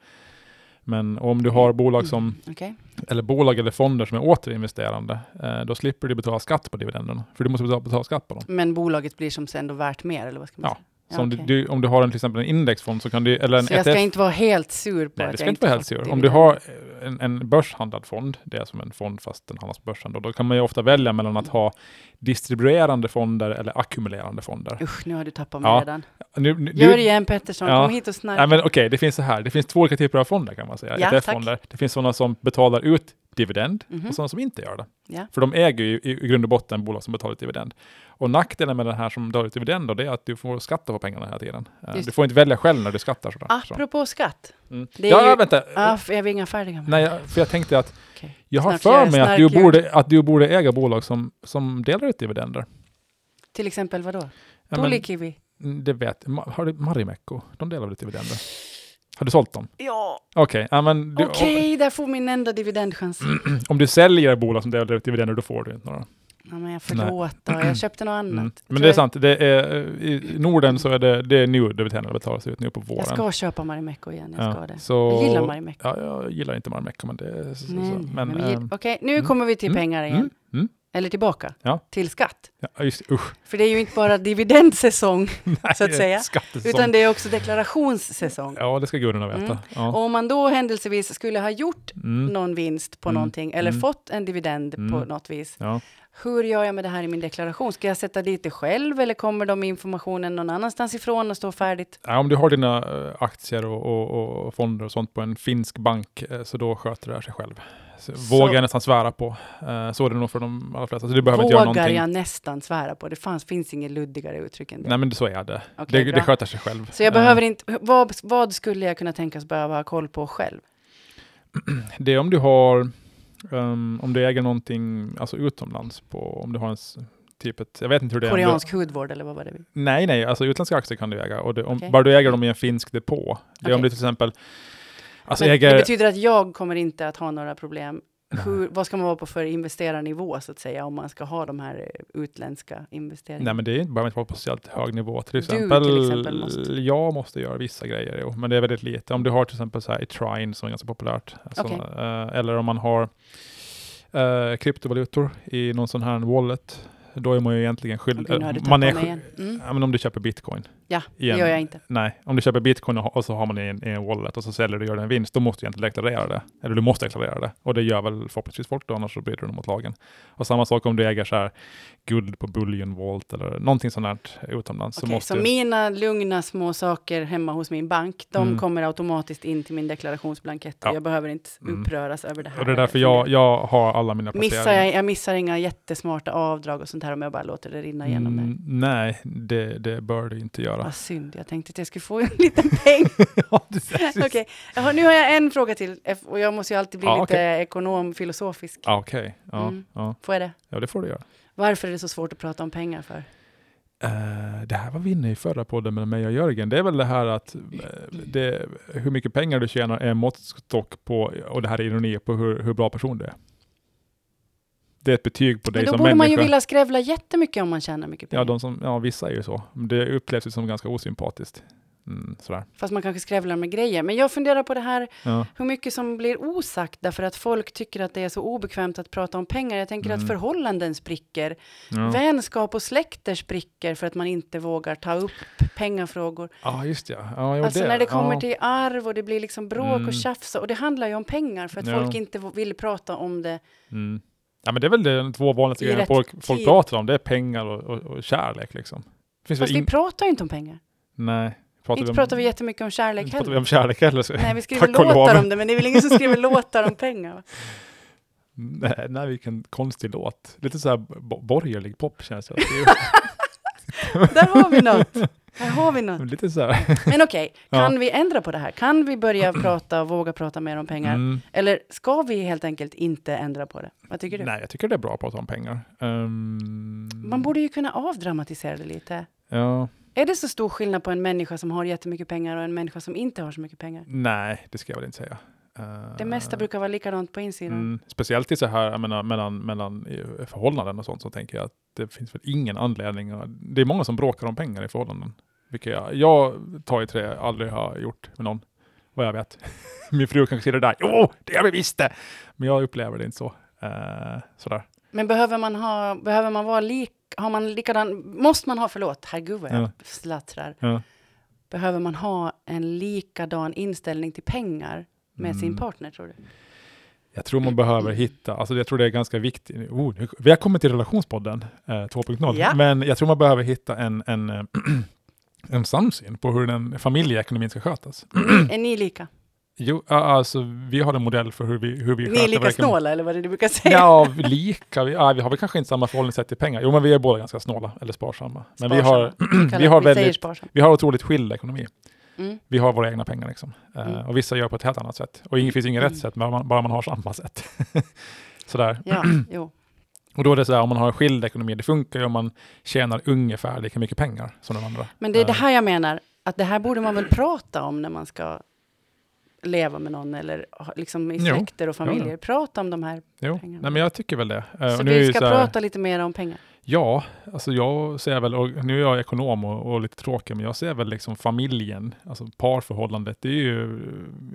Speaker 1: Men om du har bolag som,
Speaker 2: Mm, Okej.
Speaker 1: eller bolag eller fonder som är återinvesterande, eh, då slipper du betala skatt på dividenderna, för du måste betala, betala skatt på dem.
Speaker 2: Men bolaget blir som sen då värt mer, eller vad ska man
Speaker 1: Ja,
Speaker 2: säga?
Speaker 1: Så om, du,
Speaker 2: okej.
Speaker 1: du, om du har en, till exempel en indexfond så kan du, eller en E
Speaker 2: Så jag ska inte vara helt sur på
Speaker 1: Nej, det
Speaker 2: att
Speaker 1: ska
Speaker 2: jag
Speaker 1: inte vara helt
Speaker 2: fått
Speaker 1: sur. Om
Speaker 2: dividend.
Speaker 1: du har en, en börshandlad fond, det är som en fond fast den handlas på börsen, då, då kan man ju ofta välja mellan att ha distribuerande fonder eller ackumulerande fonder.
Speaker 2: Usch, nu har du tappat mig
Speaker 1: Ja,
Speaker 2: redan.
Speaker 1: Nu, nu,
Speaker 2: Gör
Speaker 1: nu,
Speaker 2: igen Pettersson,
Speaker 1: Ja.
Speaker 2: kom hit och snarka.
Speaker 1: nej, men okej, det finns så här. Det finns två olika typer av fonder kan man säga.
Speaker 2: Ja,
Speaker 1: ETF-fonder. Det finns sådana som betalar ut dividend
Speaker 2: Mhm.
Speaker 1: och sådana som inte gör det.
Speaker 2: Ja.
Speaker 1: För de äger ju i, i grund och botten bolag som betalar ut dividend. Och nackdelen med den här som betalar ut dividend då, det är att du får skatta på pengarna hela tiden. Eh,
Speaker 2: Just
Speaker 1: Du
Speaker 2: det.
Speaker 1: får inte välja själv när du skattar. Sådär. Så.
Speaker 2: Apropå skatt.
Speaker 1: Mm.
Speaker 2: det är
Speaker 1: ja,
Speaker 2: ju-
Speaker 1: vänta.
Speaker 2: Ah, f- jag är inga färdiga med.
Speaker 1: Nej, jag- för jag tänkte att
Speaker 2: Okej.
Speaker 1: jag har
Speaker 2: Snart
Speaker 1: för
Speaker 2: gör jag
Speaker 1: mig att du,
Speaker 2: snarkljud.
Speaker 1: borde, att du borde äga bolag som, som delar ut dividender.
Speaker 2: Till exempel vadå?
Speaker 1: Ja, men,
Speaker 2: Tolikivi?
Speaker 1: mm, det vet Ma- Har du Marimekko? De delar ut dividender. Har du sålt dem?
Speaker 2: Ja,
Speaker 1: Okej, ja, Mm. men du-
Speaker 2: okej, där får min enda dividendchans.
Speaker 1: om du säljer bolag som delar ut dividender, då får du inte några.
Speaker 2: Ja, men jag förlåt då, jag köpte något annat.
Speaker 1: Mm.
Speaker 2: Jag
Speaker 1: Men
Speaker 2: tror
Speaker 1: det är
Speaker 2: jag-
Speaker 1: sant, det är, eh, i Norden så är det, det är nu dividenderna betalas ut, nu på våren.
Speaker 2: Jag ska köpa Marimekko igen, jag ska
Speaker 1: Ja,
Speaker 2: det.
Speaker 1: Så,
Speaker 2: Jag gillar Marimekko.
Speaker 1: Ja, jag gillar inte Marimekko, men det är så.
Speaker 2: Nej,
Speaker 1: så.
Speaker 2: nej,
Speaker 1: Men,
Speaker 2: men vi gill-
Speaker 1: ehm,
Speaker 2: Okej, nu
Speaker 1: mm,
Speaker 2: kommer vi till
Speaker 1: mm,
Speaker 2: pengar igen.
Speaker 1: mm, mm.
Speaker 2: Eller tillbaka?
Speaker 1: Ja.
Speaker 2: Till skatt?
Speaker 1: Ja, just usch.
Speaker 2: För det är ju inte bara dividendsäsong, Så att säga.
Speaker 1: Skattesäsong.
Speaker 2: utan det är också deklarationssäsong.
Speaker 1: Ja, det ska gudarna veta.
Speaker 2: Mm.
Speaker 1: Ja.
Speaker 2: Och om man då händelsevis skulle ha gjort
Speaker 1: Mm.
Speaker 2: någon vinst på
Speaker 1: Mm.
Speaker 2: någonting eller
Speaker 1: Mm.
Speaker 2: fått en dividend på
Speaker 1: Mm.
Speaker 2: något vis.
Speaker 1: Ja.
Speaker 2: Hur gör jag med det här i min deklaration? Ska jag sätta dit det själv eller kommer de informationen någon annanstans ifrån och stå färdigt?
Speaker 1: Ja, om du har dina eh, aktier och, och, och fonder och sånt på en finsk bank eh, så då sköter det här sig själv. Så
Speaker 2: Så-
Speaker 1: Vågar jag nästan svära på. Eh, Så är det nog för de allra flesta. Så du behöver inte göra
Speaker 2: Vågar
Speaker 1: någonting.
Speaker 2: jag nästan svära på? Det fanns, finns inget luddigare uttryck än det.
Speaker 1: Nej men så är det.
Speaker 2: Okej,
Speaker 1: det,
Speaker 2: bra.
Speaker 1: det sköter sig själv.
Speaker 2: Så jag
Speaker 1: Eh,
Speaker 2: behöver inte, vad, vad skulle jag kunna tänkas behöva ha koll på själv?
Speaker 1: Det är om du har, ehm, om du äger någonting, alltså utomlands på, om du har en s- typ ett, jag vet inte hur det är. om
Speaker 2: Koreansk hudvård eller vad var det? vi-
Speaker 1: Du, nej, nej, alltså utländska aktier kan du äga. Och det, om,
Speaker 2: Okej.
Speaker 1: Bara du äger dem i en finsk depå. Det är om
Speaker 2: Okej.
Speaker 1: du till exempel, alltså
Speaker 2: Men
Speaker 1: äger...
Speaker 2: Det betyder att jag kommer inte att ha några problem. Hur, vad ska man vara på för investerarnivå så att säga om man ska ha de här eh, utländska
Speaker 1: Nej
Speaker 2: investeringarna?
Speaker 1: men det är- behöver inte vara på speciellt hög nivå. Till
Speaker 2: Du till
Speaker 1: exempel,
Speaker 2: exempel måste.
Speaker 1: jag måste göra vissa grejer, jo, men det är väldigt lite. Om du har till exempel så här Etrine som är ganska populärt, alltså,
Speaker 2: Okej.
Speaker 1: eh, eller om man har eh, kryptovalutor i någon sån här wallet, då är man ju egentligen skyldig.
Speaker 2: Okej, nu har du
Speaker 1: eh, man är
Speaker 2: tappat mig
Speaker 1: skyl-
Speaker 2: igen. Mm.
Speaker 1: Ja, men om du köper bitcoin.
Speaker 2: Ja, det
Speaker 1: igen.
Speaker 2: gör jag inte.
Speaker 1: Nej, om du köper bitcoin och, ha- och så har man det i en, i en wallet och så säljer du och gör en vinst, då måste du egentligen deklarera det. Eller du måste deklarera det. Och det gör väl förhoppningsvis folk då, annars så bryter du mot lagen. Och samma sak om du äger så här guld på bullion vault eller någonting sånt här utomlands.
Speaker 2: Okej,
Speaker 1: så
Speaker 2: så,
Speaker 1: måste du,
Speaker 2: mina lugna små saker hemma hos min bank, de
Speaker 1: Mm.
Speaker 2: kommer automatiskt in till min deklarationsblankett och
Speaker 1: Ja.
Speaker 2: jag behöver inte
Speaker 1: Mm.
Speaker 2: uppröras över det här.
Speaker 1: och det är därför
Speaker 2: eller
Speaker 1: jag,
Speaker 2: fundera.
Speaker 1: jag har alla mina
Speaker 2: Missar jag, jag missar inga jättesmarta avdrag och sånt här om jag bara låter det rinna igenom det. Alltså.
Speaker 1: Mm, nej, det, det bör du inte göra.
Speaker 2: Vad synd, jag tänkte att jag skulle få en liten peng.
Speaker 1: Ja, det är-
Speaker 2: Okej, Jaha, nu har jag en fråga till eff- och jag måste ju alltid bli
Speaker 1: Ja,
Speaker 2: lite
Speaker 1: okej.
Speaker 2: ekonomfilosofisk.
Speaker 1: Ja, Okej, ja,
Speaker 2: Mm.
Speaker 1: ja,
Speaker 2: Får jag det?
Speaker 1: ja, det får du göra.
Speaker 2: Varför är det så svårt att prata om pengar för?
Speaker 1: Eh, det här var vi inne i förra podden med mig och Jörgen. Det är väl det här att eh, det, hur mycket pengar du tjänar är en måttstock på, och det här är ironi, på hur, hur bra person du är. Det är ett betyg på dig
Speaker 2: Men då
Speaker 1: som
Speaker 2: borde
Speaker 1: människa.
Speaker 2: man ju vilja skrävla jättemycket om man tjänar mycket pengar.
Speaker 1: ja, de som, ja, vissa är ju så. Men Det upplevs ju som ganska osympatiskt. Mm, sådär.
Speaker 2: Fast man kanske skrävlar med grejer. Men jag funderar på det här
Speaker 1: Ja.
Speaker 2: hur mycket som blir osagt därför att folk tycker att det är så obekvämt att prata om pengar. Jag tänker att
Speaker 1: Mm.
Speaker 2: förhållanden spricker,
Speaker 1: Ja.
Speaker 2: vänskap och släkter spricker för att man inte vågar ta upp pengafrågor.
Speaker 1: ja, just ja. ja jo,
Speaker 2: alltså när det kommer
Speaker 1: ja.
Speaker 2: till arv och det blir liksom bråk
Speaker 1: Mm.
Speaker 2: och tjafs och det handlar ju om pengar för att
Speaker 1: Ja.
Speaker 2: folk inte v- vill prata om det.
Speaker 1: Mm. Ja, men det är väl de två vanligaste
Speaker 2: I
Speaker 1: grejerna
Speaker 2: rätt
Speaker 1: folk, folk
Speaker 2: tid.
Speaker 1: pratar om. Det är pengar och, och, och kärlek liksom. Finns det
Speaker 2: Fast vi
Speaker 1: in...
Speaker 2: pratar ju inte om pengar.
Speaker 1: Nej. Pratar
Speaker 2: inte
Speaker 1: om-
Speaker 2: pratar vi jättemycket om kärlek
Speaker 1: inte pratar
Speaker 2: heller.
Speaker 1: vi om kärlek heller. så-
Speaker 2: Nej, vi skriver
Speaker 1: Tack och lov.
Speaker 2: låtar om det, men det är väl ingen som skriver låtar om pengar? Va?
Speaker 1: Nej, nej, vilken konstig låt. Lite så här bo- borgerlig pop känns det.
Speaker 2: Där har vi något. Där har vi något.
Speaker 1: Lite så här.
Speaker 2: Men okej,
Speaker 1: Ja.
Speaker 2: kan vi ändra på det här? Kan vi börja prata och våga prata mer om pengar?
Speaker 1: Mm.
Speaker 2: Eller ska vi helt enkelt inte ändra på det? Vad tycker du?
Speaker 1: Nej, jag tycker det är bra att prata om pengar. Ehm,
Speaker 2: Man borde ju kunna avdramatisera det lite.
Speaker 1: Ja,
Speaker 2: Är det så stor skillnad på en människa som har jättemycket pengar och en människa som inte har så mycket pengar?
Speaker 1: nej, det ska jag väl inte säga. Ehm,
Speaker 2: Det mesta brukar vara likadant på insidan.
Speaker 1: Mm, speciellt i så här, jag menar, mellan, mellan eh, förhållanden och sånt, så tänker jag att det finns väl ingen anledning. att- Det är många som bråkar om pengar i förhållanden. Vilket jag, jag tar i trä, aldrig har gjort med någon, vad jag vet. Min fru kanske sitter där, jo, det gör vi visst det! Men jag upplever det inte så. Eh, sådär.
Speaker 2: Men behöver man ha, behöver man vara lik, har man likadan, måste man ha, förlåt, herregud vad jag
Speaker 1: Ja.
Speaker 2: slattrar.
Speaker 1: Ja.
Speaker 2: Behöver man ha en likadan inställning till pengar med sin
Speaker 1: Mm.
Speaker 2: partner tror du?
Speaker 1: Jag tror man behöver hitta, alltså jag tror det är ganska viktigt, oh, nu- vi har kommit till relationspodden eh, 2.0,
Speaker 2: Ja.
Speaker 1: men jag tror man behöver hitta en, en, eh, en samsyn på hur den familjeekonomin ska skötas.
Speaker 2: Är ni lika?
Speaker 1: Jo, ja, alltså vi har en modell för hur vi, hur vi
Speaker 2: Ni är lika
Speaker 1: verksamheten.
Speaker 2: snåla eller vad det är du brukar säga?
Speaker 1: Ja, lika, vi, ja, vi har väl kanske inte samma förhållningssätt till pengar. Jo, men vi är båda ganska snåla, eller sparsamma. Men vi har,
Speaker 2: Sparsamma. Kallar-
Speaker 1: vi har
Speaker 2: säger
Speaker 1: väldigt,
Speaker 2: sparsam.
Speaker 1: vi har otroligt skild ekonomi.
Speaker 2: Mm.
Speaker 1: Vi har våra egna pengar liksom. Eh,
Speaker 2: Mm.
Speaker 1: Och vissa gör på ett helt annat sätt. Och det finns inget
Speaker 2: Mm.
Speaker 1: rätt sätt, bara man, bara man har samma sätt. Sådär.
Speaker 2: Ja, jo.
Speaker 1: Och då är det så här, om man har en skild ekonomi, det funkar ju om man tjänar ungefär lika mycket pengar som de andra.
Speaker 2: Men det är det
Speaker 1: Eh,
Speaker 2: här jag menar, att det här borde man väl prata om när man ska leva med någon eller ha- liksom i
Speaker 1: Jo,
Speaker 2: släkter och familjer.
Speaker 1: ja.
Speaker 2: Prata om de här.
Speaker 1: Jo,
Speaker 2: pengarna.
Speaker 1: nej men jag tycker väl det. Eh,
Speaker 2: så
Speaker 1: och nu är det
Speaker 2: vi ska
Speaker 1: så här-
Speaker 2: prata lite mer om pengar.
Speaker 1: Ja, alltså jag ser väl, och nu är jag ekonom och, och lite tråkig, men jag ser väl liksom familjen, alltså parförhållandet, det är ju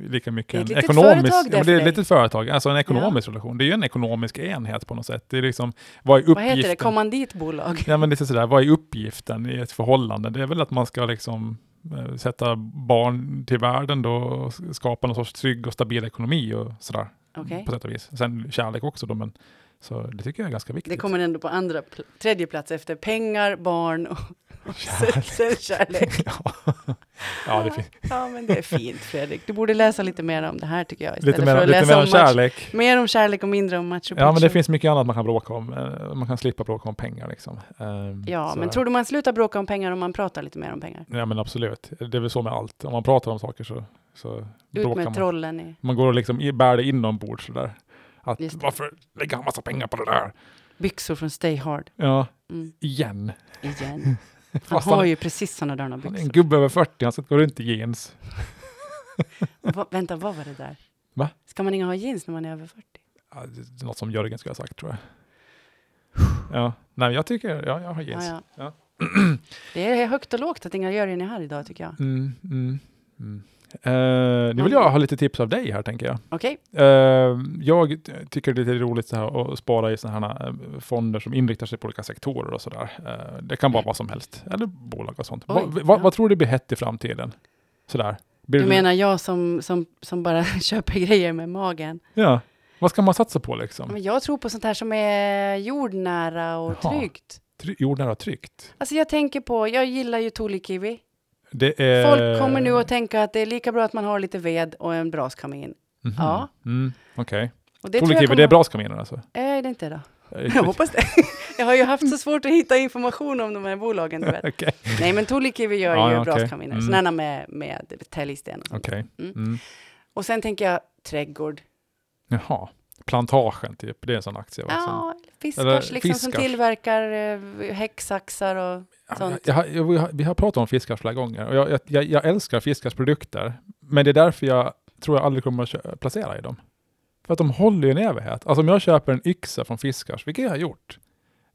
Speaker 1: lika mycket
Speaker 2: Det är ett
Speaker 1: en
Speaker 2: litet
Speaker 1: ekonomisk...
Speaker 2: företag
Speaker 1: ja, men det
Speaker 2: där
Speaker 1: är ett
Speaker 2: för dig.
Speaker 1: litet företag, alltså en ekonomisk relation. Det är ju en ekonomisk enhet på något sätt. Det är liksom, vad är
Speaker 2: Vad
Speaker 1: uppgiften?
Speaker 2: heter det? Kommanditbolag?
Speaker 1: Ja, men lite sådär, vad är uppgiften i ett förhållande? Det är väl att man ska liksom eh, sätta barn till världen då och s- skapa någon sorts trygg och stabil ekonomi och sådär
Speaker 2: Okej.
Speaker 1: på sätt och vis. Sen kärlek också då, men så det tycker jag är ganska viktigt.
Speaker 2: Det kommer ändå på andra, pl- tredje plats efter pengar, barn och, och sen, sen kärlek.
Speaker 1: ja. ja, det finns
Speaker 2: Ja, men det är fint Fredrik. Du borde läsa lite mer om det här tycker jag. Istället
Speaker 1: lite mer,
Speaker 2: för att
Speaker 1: lite
Speaker 2: läsa
Speaker 1: mer om
Speaker 2: om match,
Speaker 1: kärlek.
Speaker 2: mer om kärlek och mindre om macho
Speaker 1: Ja, men det
Speaker 2: picchu.
Speaker 1: finns mycket annat man kan bråka om. Eh, Man kan slippa bråka om pengar liksom. Ehm,
Speaker 2: Ja,
Speaker 1: så-
Speaker 2: men tror du man slutar bråka om pengar om man pratar lite mer om pengar?
Speaker 1: Ja, men absolut. Det är väl så med allt. Om man pratar om saker så, så
Speaker 2: Ut
Speaker 1: bråkar
Speaker 2: med
Speaker 1: man.
Speaker 2: trollen i
Speaker 1: Man går och liksom i- bär det inombords sådär. Att
Speaker 2: Just det.
Speaker 1: varför lägger han massa pengar på det där?
Speaker 2: byxor från Stay Hard.
Speaker 1: Ja,
Speaker 2: Mm,
Speaker 1: igen.
Speaker 2: igen. Han
Speaker 1: Fast
Speaker 2: har
Speaker 1: han,
Speaker 2: ju precis sådana där
Speaker 1: han är en
Speaker 2: byxor.
Speaker 1: gubbe över 40, han ska gå runt i jeans.
Speaker 2: Va, vänta, vad var det där?
Speaker 1: Va?
Speaker 2: Ska man inte ha jeans när man är över 40?
Speaker 1: Ja, det är Något som Jörgen skulle ha sagt tror jag. Ja, nej jag tycker, ja jag har jeans.
Speaker 2: Ja,
Speaker 1: Ja.
Speaker 2: ja. Det är högt och lågt att inga Jörgen är här idag tycker jag.
Speaker 1: Mm, mm, mm. Eh, nu vill jag ha lite tips av dig här tänker jag.
Speaker 2: Okej,
Speaker 1: Eh, jag ty- tycker det är lite roligt så här att spara i sådana här eh, fonder som inriktar sig på olika sektorer och sådär. Eh, det kan vara vad som helst, eller bolag och sånt.
Speaker 2: Oj,
Speaker 1: Va, va,
Speaker 2: ja.
Speaker 1: Vad tror du blir hett i framtiden? Sådär. Blir
Speaker 2: du
Speaker 1: det-
Speaker 2: menar jag som, som, som bara köper grejer med magen.
Speaker 1: Ja. Vad ska man satsa på liksom?
Speaker 2: Men jag tror på sånt här som är jordnära och
Speaker 1: Jaha.
Speaker 2: tryggt.
Speaker 1: Try- Jordnära tryggt.
Speaker 2: Alltså jag tänker på, jag gillar ju Tulikivi.
Speaker 1: Det är...
Speaker 2: Folk kommer nu att tänka att det är lika bra att man har lite ved och en braskamin.
Speaker 1: Mhm.
Speaker 2: Ja.
Speaker 1: Mm, Okej.
Speaker 2: Och det
Speaker 1: Troligtvis,
Speaker 2: kommer...
Speaker 1: det är braskaminer alltså?
Speaker 2: Är det inte då?
Speaker 1: Eh,
Speaker 2: Jag hoppas det. jag har ju haft så svårt att hitta information om de här bolagen, du vet.
Speaker 1: Okej.
Speaker 2: Nej, men Tulikivi gör
Speaker 1: Ja,
Speaker 2: ju
Speaker 1: ja, okej.
Speaker 2: braskaminer,
Speaker 1: Mm.
Speaker 2: sådana med, med täljsten och sånt.
Speaker 1: Okej.
Speaker 2: Mm.
Speaker 1: Mm.
Speaker 2: Och sen tänker jag trädgård.
Speaker 1: Jaha. Plantagen typ, det är en sån aktie va? Som-
Speaker 2: Ja, fiskars
Speaker 1: Eller
Speaker 2: liksom som
Speaker 1: fiskars.
Speaker 2: tillverkar eh, häcksaxar och...
Speaker 1: Jag,
Speaker 2: Sånt.
Speaker 1: jag, jag, vi har- vi har pratat om fiskars flera gånger och jag, jag- jag, jag älskar fiskars produkter. Men det är därför jag tror jag aldrig kommer att kö- placera i dem. För att de håller ju en evighet. Alltså om jag köper en yxa från fiskars, vilket jag har gjort.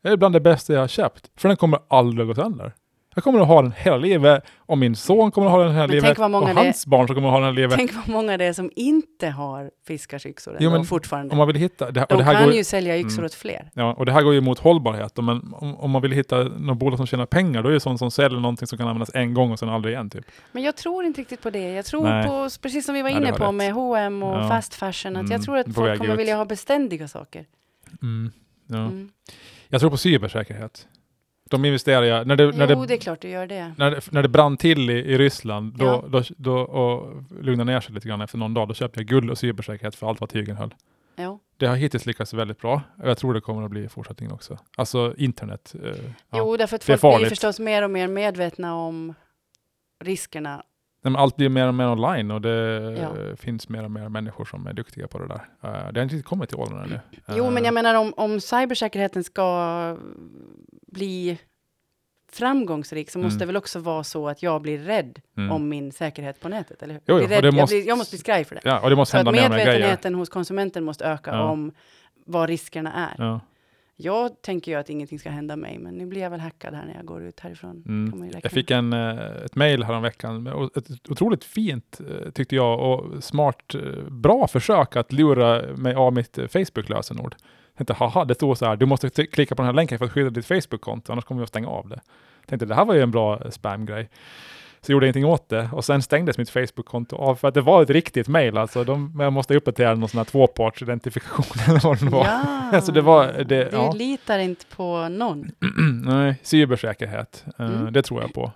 Speaker 1: Det är bland det bästa jag har köpt. För den kommer aldrig att gå sönder. Jag kommer att ha den hela livet och min son kommer att ha den hela
Speaker 2: Men
Speaker 1: livet
Speaker 2: tänk vad många
Speaker 1: och
Speaker 2: det är-
Speaker 1: hans barn som kommer att ha den hela livet.
Speaker 2: Tänk vad många det är som inte har fiskarsyxor
Speaker 1: Jo,
Speaker 2: ändå
Speaker 1: men
Speaker 2: fortfarande.
Speaker 1: Om man vill hitta, det här, och,
Speaker 2: De
Speaker 1: det här
Speaker 2: kan
Speaker 1: går,
Speaker 2: ju sälja yxor
Speaker 1: Mm.
Speaker 2: åt fler.
Speaker 1: ja, och det här går ju emot hållbarhet. då, Men om, om man vill hitta något bolag som tjänar pengar, då är det sånt som säljer någonting som kan användas en gång och sen aldrig igen. Typ.
Speaker 2: Men jag tror inte riktigt på det. Jag tror
Speaker 1: Nej.
Speaker 2: på, precis som vi var
Speaker 1: Nej, du
Speaker 2: inne
Speaker 1: har
Speaker 2: på
Speaker 1: rätt.
Speaker 2: med H&M och
Speaker 1: Ja.
Speaker 2: fast fashion, att
Speaker 1: Mm,
Speaker 2: jag tror att
Speaker 1: på
Speaker 2: folk
Speaker 1: väg
Speaker 2: kommer
Speaker 1: ut.
Speaker 2: vilja ha beständiga saker.
Speaker 1: Mm. Ja.
Speaker 2: Mm.
Speaker 1: Jag tror på cybersäkerhet. De investerar jag, när det,
Speaker 2: Jo,
Speaker 1: när
Speaker 2: det,
Speaker 1: det,
Speaker 2: är klart du gör det.
Speaker 1: när det, när det brann till i, i Ryssland då,
Speaker 2: Ja.
Speaker 1: då, då, och lugnade ner sig lite grann efter någon dag, då köpte jag guld och cybersäkerhet för allt vad tygen höll.
Speaker 2: Jo.
Speaker 1: Det har hittills lyckats väldigt bra och jag tror det kommer att bli i fortsättningen också. Alltså internet. Eh, ja.
Speaker 2: jo, därför att
Speaker 1: det är
Speaker 2: folk blir
Speaker 1: farligt.
Speaker 2: förstås mer och mer medvetna om riskerna.
Speaker 1: Nej, men allt blir mer och mer online och det
Speaker 2: Ja.
Speaker 1: finns mer och mer människor som är duktiga på det där. Eh, det har inte riktigt kommit till åldern ännu.
Speaker 2: Jo, men
Speaker 1: Eh,
Speaker 2: jag menar om, om cybersäkerheten ska bli framgångsrik så måste
Speaker 1: Mm.
Speaker 2: det väl också vara så att jag blir rädd
Speaker 1: mm.
Speaker 2: om min säkerhet på nätet, eller hur?
Speaker 1: Jo, jo,
Speaker 2: Blir
Speaker 1: och
Speaker 2: rädd,
Speaker 1: det
Speaker 2: jag,
Speaker 1: måste-
Speaker 2: blir, jag måste bli skraj för det.
Speaker 1: Ja, och det måste
Speaker 2: Så att
Speaker 1: hända mer och mer grejer.
Speaker 2: medvetenheten hos konsumenten måste öka
Speaker 1: Ja.
Speaker 2: om vad riskerna är.
Speaker 1: Ja.
Speaker 2: Jag tänker ju att ingenting ska hända mig, men nu blir jag väl hackad här när jag går ut härifrån.
Speaker 1: Mm.
Speaker 2: Kan man ju räkna
Speaker 1: Jag fick en, eh, ett mejl häromveckan, med o- ett otroligt fint eh, tyckte jag och smart, eh, bra försök att lura mig av mitt eh, Facebook-lösenord. Jag tänkte, haha, det stod så här, du måste t- klicka på den här länken för att skydda ditt Facebook-konto, annars kommer jag att stänga av det. Jag tänkte, det här var ju en bra eh, spam-grej. Så gjorde jag ingenting åt det och sen stängdes mitt Facebook-konto av för att det var ett riktigt mejl, alltså de, men jag måste uppdatera någon sån här tvåpartsidentifikation eller vad det var.
Speaker 2: Ja.
Speaker 1: Alltså, det var- det-
Speaker 2: du
Speaker 1: ja.
Speaker 2: litar inte på någon.
Speaker 1: Nej, cybersäkerhet, eh,
Speaker 2: Mm.
Speaker 1: det tror jag på.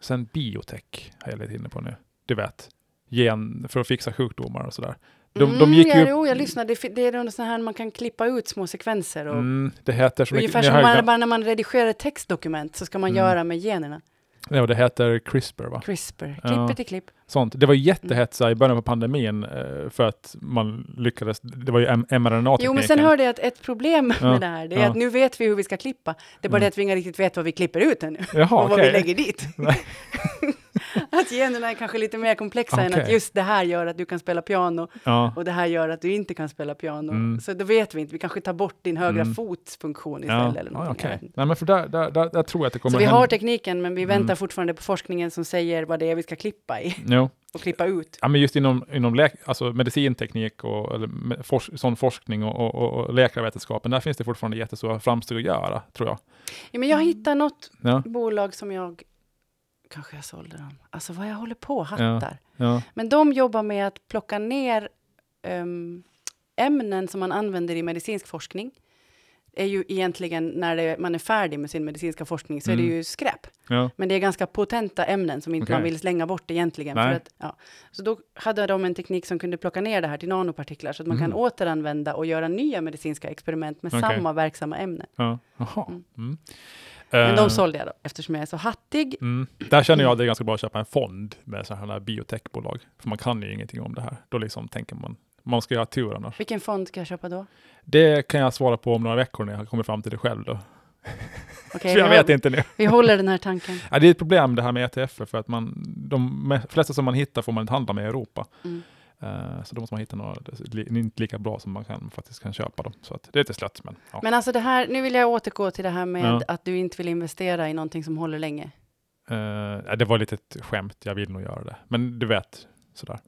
Speaker 1: Sen biotech har jag lite inne på nu. Du vet, gen för att fixa sjukdomar och sådär. De, de
Speaker 2: Mm,
Speaker 1: gick
Speaker 2: ja,
Speaker 1: ju...
Speaker 2: Jo, jag lyssnade. Det fi- Det är något sånt här man kan klippa ut små sekvenser. Och,
Speaker 1: Mm, det heter så mycket...
Speaker 2: Ungefär
Speaker 1: Nu
Speaker 2: som
Speaker 1: har jag
Speaker 2: man,
Speaker 1: glömt-
Speaker 2: bara när man redigerar ett textdokument så ska man
Speaker 1: Mm.
Speaker 2: göra med generna.
Speaker 1: Ja, det heter CRISPR, va?
Speaker 2: CRISPR,
Speaker 1: Ja.
Speaker 2: klippet i klipp.
Speaker 1: Sånt. Det var ju jättehett så här i början på pandemin eh, för att man lyckades... Det var ju M- mRNA-tekniken.
Speaker 2: Jo, men sen hörde jag att ett problem med
Speaker 1: Ja,
Speaker 2: det här, det är
Speaker 1: ja.
Speaker 2: att nu vet vi hur vi ska klippa. Det är bara
Speaker 1: Mm.
Speaker 2: det att vi inte riktigt vet vad vi klipper ut ännu.
Speaker 1: Jaha,
Speaker 2: och vad vi
Speaker 1: okej.
Speaker 2: lägger dit.
Speaker 1: Nej.
Speaker 2: Att generna är kanske lite mer komplexa än att
Speaker 1: Okej.
Speaker 2: just det här gör att du kan spela piano
Speaker 1: Ja.
Speaker 2: och det här gör att du inte kan spela piano.
Speaker 1: Mm.
Speaker 2: Så då vet vi inte, vi kanske tar bort din högra
Speaker 1: Mm.
Speaker 2: fots funktion istället.
Speaker 1: Ja,
Speaker 2: Eller
Speaker 1: ja,
Speaker 2: någonting, jag
Speaker 1: okej.
Speaker 2: vet inte.
Speaker 1: Nej, men för där, där, där, där tror jag att det kommer
Speaker 2: Så vi
Speaker 1: hända.
Speaker 2: har tekniken, men vi
Speaker 1: Mm.
Speaker 2: väntar fortfarande på forskningen som säger vad det är vi ska klippa i
Speaker 1: Jo.
Speaker 2: och klippa ut.
Speaker 1: Ja, men just inom, inom läk, alltså medicinteknik och eller me- fors, sån forskning och, och, och, och läkarvetenskapen, där finns det fortfarande jättestora framsteg att göra, tror jag.
Speaker 2: Ja, men jag hittar något
Speaker 1: Ja,
Speaker 2: bolag som jag... Kanske jag sålde dem. Alltså vad jag håller på och
Speaker 1: Ja.
Speaker 2: hattar.
Speaker 1: ja.
Speaker 2: Men de jobbar med att plocka ner ehm, ämnen som man använder i medicinsk forskning. är ju egentligen, när det, man är färdig med sin medicinska forskning, så är det
Speaker 1: Mm.
Speaker 2: ju skräp.
Speaker 1: ja.
Speaker 2: Men det är ganska potenta ämnen som inte
Speaker 1: Okej.
Speaker 2: man vill slänga bort egentligen. För
Speaker 1: Nej.
Speaker 2: att, ja. Så då hade de en teknik som kunde plocka ner det här till nanopartiklar, så att man
Speaker 1: Mm.
Speaker 2: kan återanvända och göra nya medicinska experiment med
Speaker 1: Okej.
Speaker 2: samma verksamma ämnen.
Speaker 1: ja. Jaha. Mm.
Speaker 2: Men
Speaker 1: Eh,
Speaker 2: de sålde jag då, eftersom jag är så hattig.
Speaker 1: Mm. Där känner jag att det är ganska bra att köpa en fond med sådana här biotechbolag, för man kan ju ingenting om det här. Då liksom tänker man, man ska ju ha tur annars.
Speaker 2: Vilken fond ska jag köpa då?
Speaker 1: Det kan jag svara på om några veckor när jag kommer fram till det själv då.
Speaker 2: Okej,
Speaker 1: Så jag
Speaker 2: vi,
Speaker 1: vet
Speaker 2: hå-
Speaker 1: inte nu.
Speaker 2: vi håller den här tanken.
Speaker 1: Ja, det är ett problem det här med ETF, för att man, de me- flesta som man hittar får man inte handla med i Europa.
Speaker 2: Mm.
Speaker 1: Eh, så då måste man hitta några, li, inte lika bra som man kan, faktiskt kan köpa dem. Så att det är lite slött, men ja.
Speaker 2: Men alltså det här, nu vill jag återgå till det här med
Speaker 1: Ja.
Speaker 2: att du inte vill investera i någonting som håller länge.
Speaker 1: Eh, ja, det var lite ett skämt, jag vill nog göra det. Men du vet, sådär.